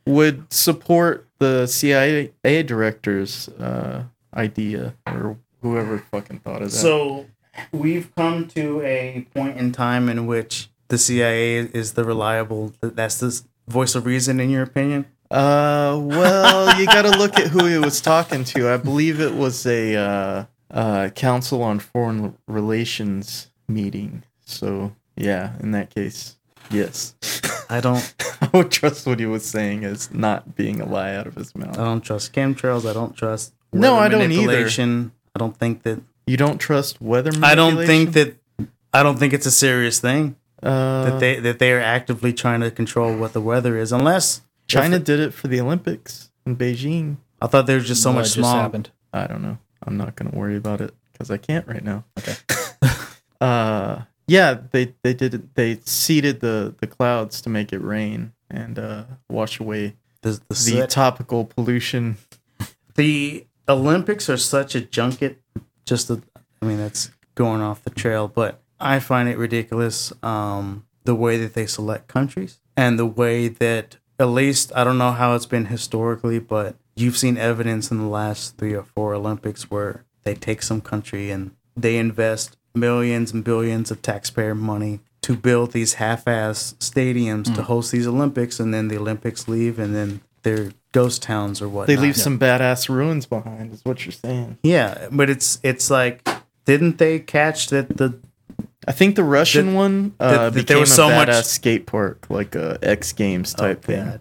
would support the CIA director's uh, idea or whoever fucking thought of that.
So we've come to a point in time in which the CIA is the reliable. That's the voice of reason, in your opinion.
uh, well, you got to look at who he was talking to. I believe it was a uh, uh, Council on Foreign Relations meeting. So yeah, in that case, yes,
I don't.
I would trust what he was saying as not being a lie out of his mouth.
I don't trust chemtrails. I don't trust.
No,
weather
I don't either.
manipulation. I don't think that.
You don't trust weather.
I don't think
manipulation?
that. I don't think it's a serious thing.
Uh,
that they that they are actively trying to control what the weather is, unless
China did it for the Olympics in Beijing.
I thought there was just so
What
much
just
smog.
happened.
I don't know. I'm not gonna worry about it because I can't right now. Okay. uh, yeah, they they did it. They seeded the the clouds to make it rain and uh, wash away
The, the,
the
sweat.
topical pollution.
the Olympics are such a junket. Just the, I mean, that's going off the trail, but I find it ridiculous um, the way that they select countries and the way that at least I don't know how it's been historically, but you've seen evidence in the last three or four Olympics where they take some country and they invest millions and billions of taxpayer money to build these half-ass stadiums
Mm.
to host these Olympics, and then the Olympics leave, and then they're ghost towns or whatnot.
They leave some badass ruins behind, is what you're saying.
Yeah, but it's it's like didn't they catch that the
I think the Russian one uh,
that- that
became
there was
a
so
badass
much- Oh,
skate park, like a X Games type thing.
God.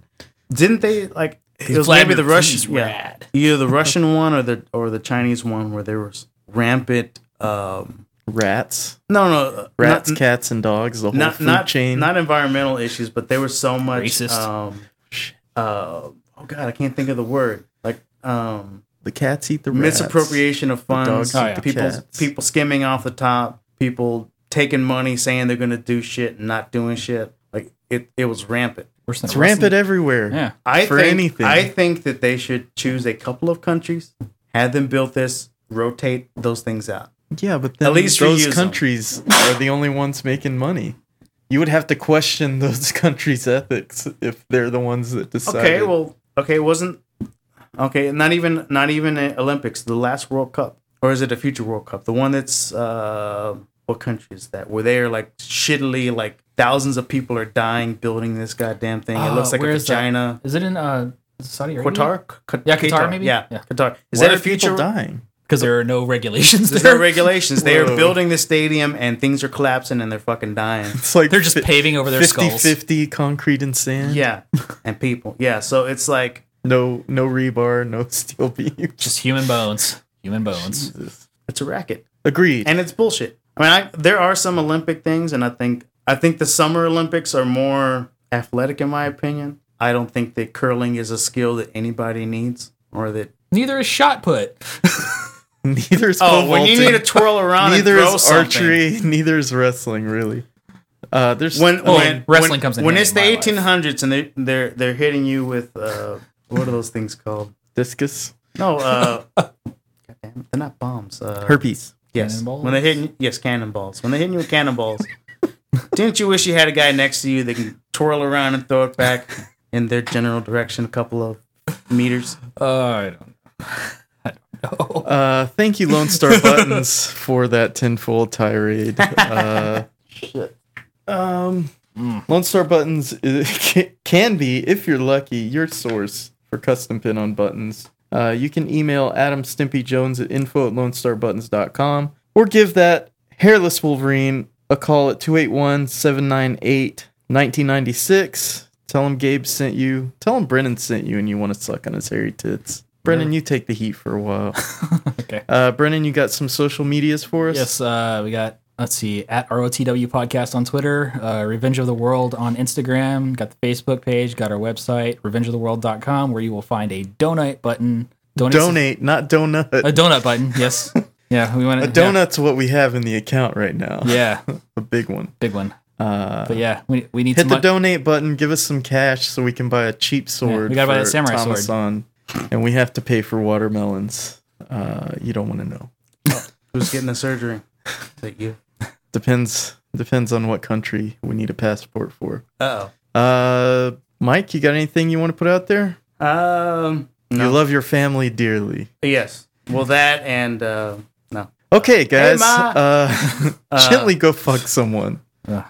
didn't they like it was
Vladimir
maybe the
Putin's
Russian yeah,
rad.
either the Russian one or the or the Chinese one where there was rampant um
Rats,
no no
rats,
not,
cats, and dogs. The whole
not
food
not
chain.
not environmental issues but there was so much
Racist.
um uh oh god I can't think of the word like um
the cats eat the rats.
misappropriation of funds,
dogs eat
Oh, yeah.
the
people
cats.
people skimming off the top, people taking money, saying they're gonna do shit and not doing shit. Like it, it was rampant.
Worse than
It's
Russell.
rampant everywhere.
Yeah.
I
For
think,
anything.
I think that they should choose a couple of countries, have them build this, rotate those things out.
Yeah, but then
At least
those
reuse 'em.
countries are the only ones making money. You would have to question those countries' ethics if they're the ones that decide.
Okay, well, okay, wasn't Okay, not even not even in Olympics. The last World Cup, or is it a future World Cup? The one that's uh, what country is that? Where they're like shittily like thousands of people are dying building this goddamn thing. it
Oh,
looks like
where
a
is that?
vagina.
Is it in uh, Saudi Arabia?
Qatar? Q-
Yeah, Qatar, maybe?
Yeah,
Yeah.
Qatar. Is
Why
that
are
a
people
future?
dying?
Because there are no regulations
There's
there.
no regulations. They are
Whoa.
building the stadium and things are collapsing and they're fucking dying.
It's like
They're just
fi-
paving over their
50,
skulls.
50 concrete and sand.
yeah, and people. Yeah, so it's like
No, no rebar, no steel beams.
Just human bones. Human bones.
it's a racket.
Agreed.
and it's bullshit. I mean, I, there are some Olympic things, and I think I think the Summer Olympics are more athletic, in my opinion. I don't think that curling is a skill that anybody needs, or that
Neither is shot put.
neither is pole
oh, when you
vaulting.
need to twirl around,
neither
and throw
is
something.
archery, neither is wrestling. Really, uh, there's
When,
Well,
when
wrestling
when,
comes in
when
handy
it's the
in my life.
1800s and they they're they're hitting you with uh, what are those things called?
discus,
No, uh, goddamn, they're not bombs. Uh,
herpes.
Yes.
Cannonballs?
When they're hitting yes, cannonballs. When they're hitting you with cannonballs, didn't you wish you had a guy next to you that can twirl around and throw it back in their general direction a couple of meters?
Uh, I don't know. I don't know.
Uh, thank you, Lone Star Buttons, for that tenfold tirade. Uh, shit. Um, Lone Star Buttons is, can be, if you're lucky, your source for custom pin on buttons. Uh, you can email Adam Stimpy Jones at info at lonestarbuttons.com or give that hairless Wolverine a call at 281 798 1996. Tell him Gabe sent you. Tell him Brennan sent you and you want to suck on his hairy tits. Brennan, you take the heat for a while.
Okay.
Uh, Brennan, you got some social medias for us?
Yes, uh, we got, let's see, at ROTW Podcast on Twitter, uh, Revenge of the World on Instagram, got the Facebook page, got our website, revengeoftheworld.com, where you will find a donate button. Donate.
Donate, not donut.
A donut button, yes. yeah, we want
A donut's what we have in the account right now.
Yeah, yeah,
A big one.
big one.
Uh,
But yeah, we, we need
hit
some
the
mon-
donate button. Give us some cash so we can buy a cheap sword.
we gotta buy
for
that samurai
Thomas
sword.
On, and we have to pay for watermelons. Uh, you don't want to know.
Who's getting the surgery? Is it you?
Depends. Depends on what country we need a passport for.
Uh
Uh, Mike, you got anything you want to put out there?
oh. Um.
You love your family dearly.
Yes. Well, that and uh, no.
Okay, guys.
Ma.
uh, gently go fuck someone.
Ugh.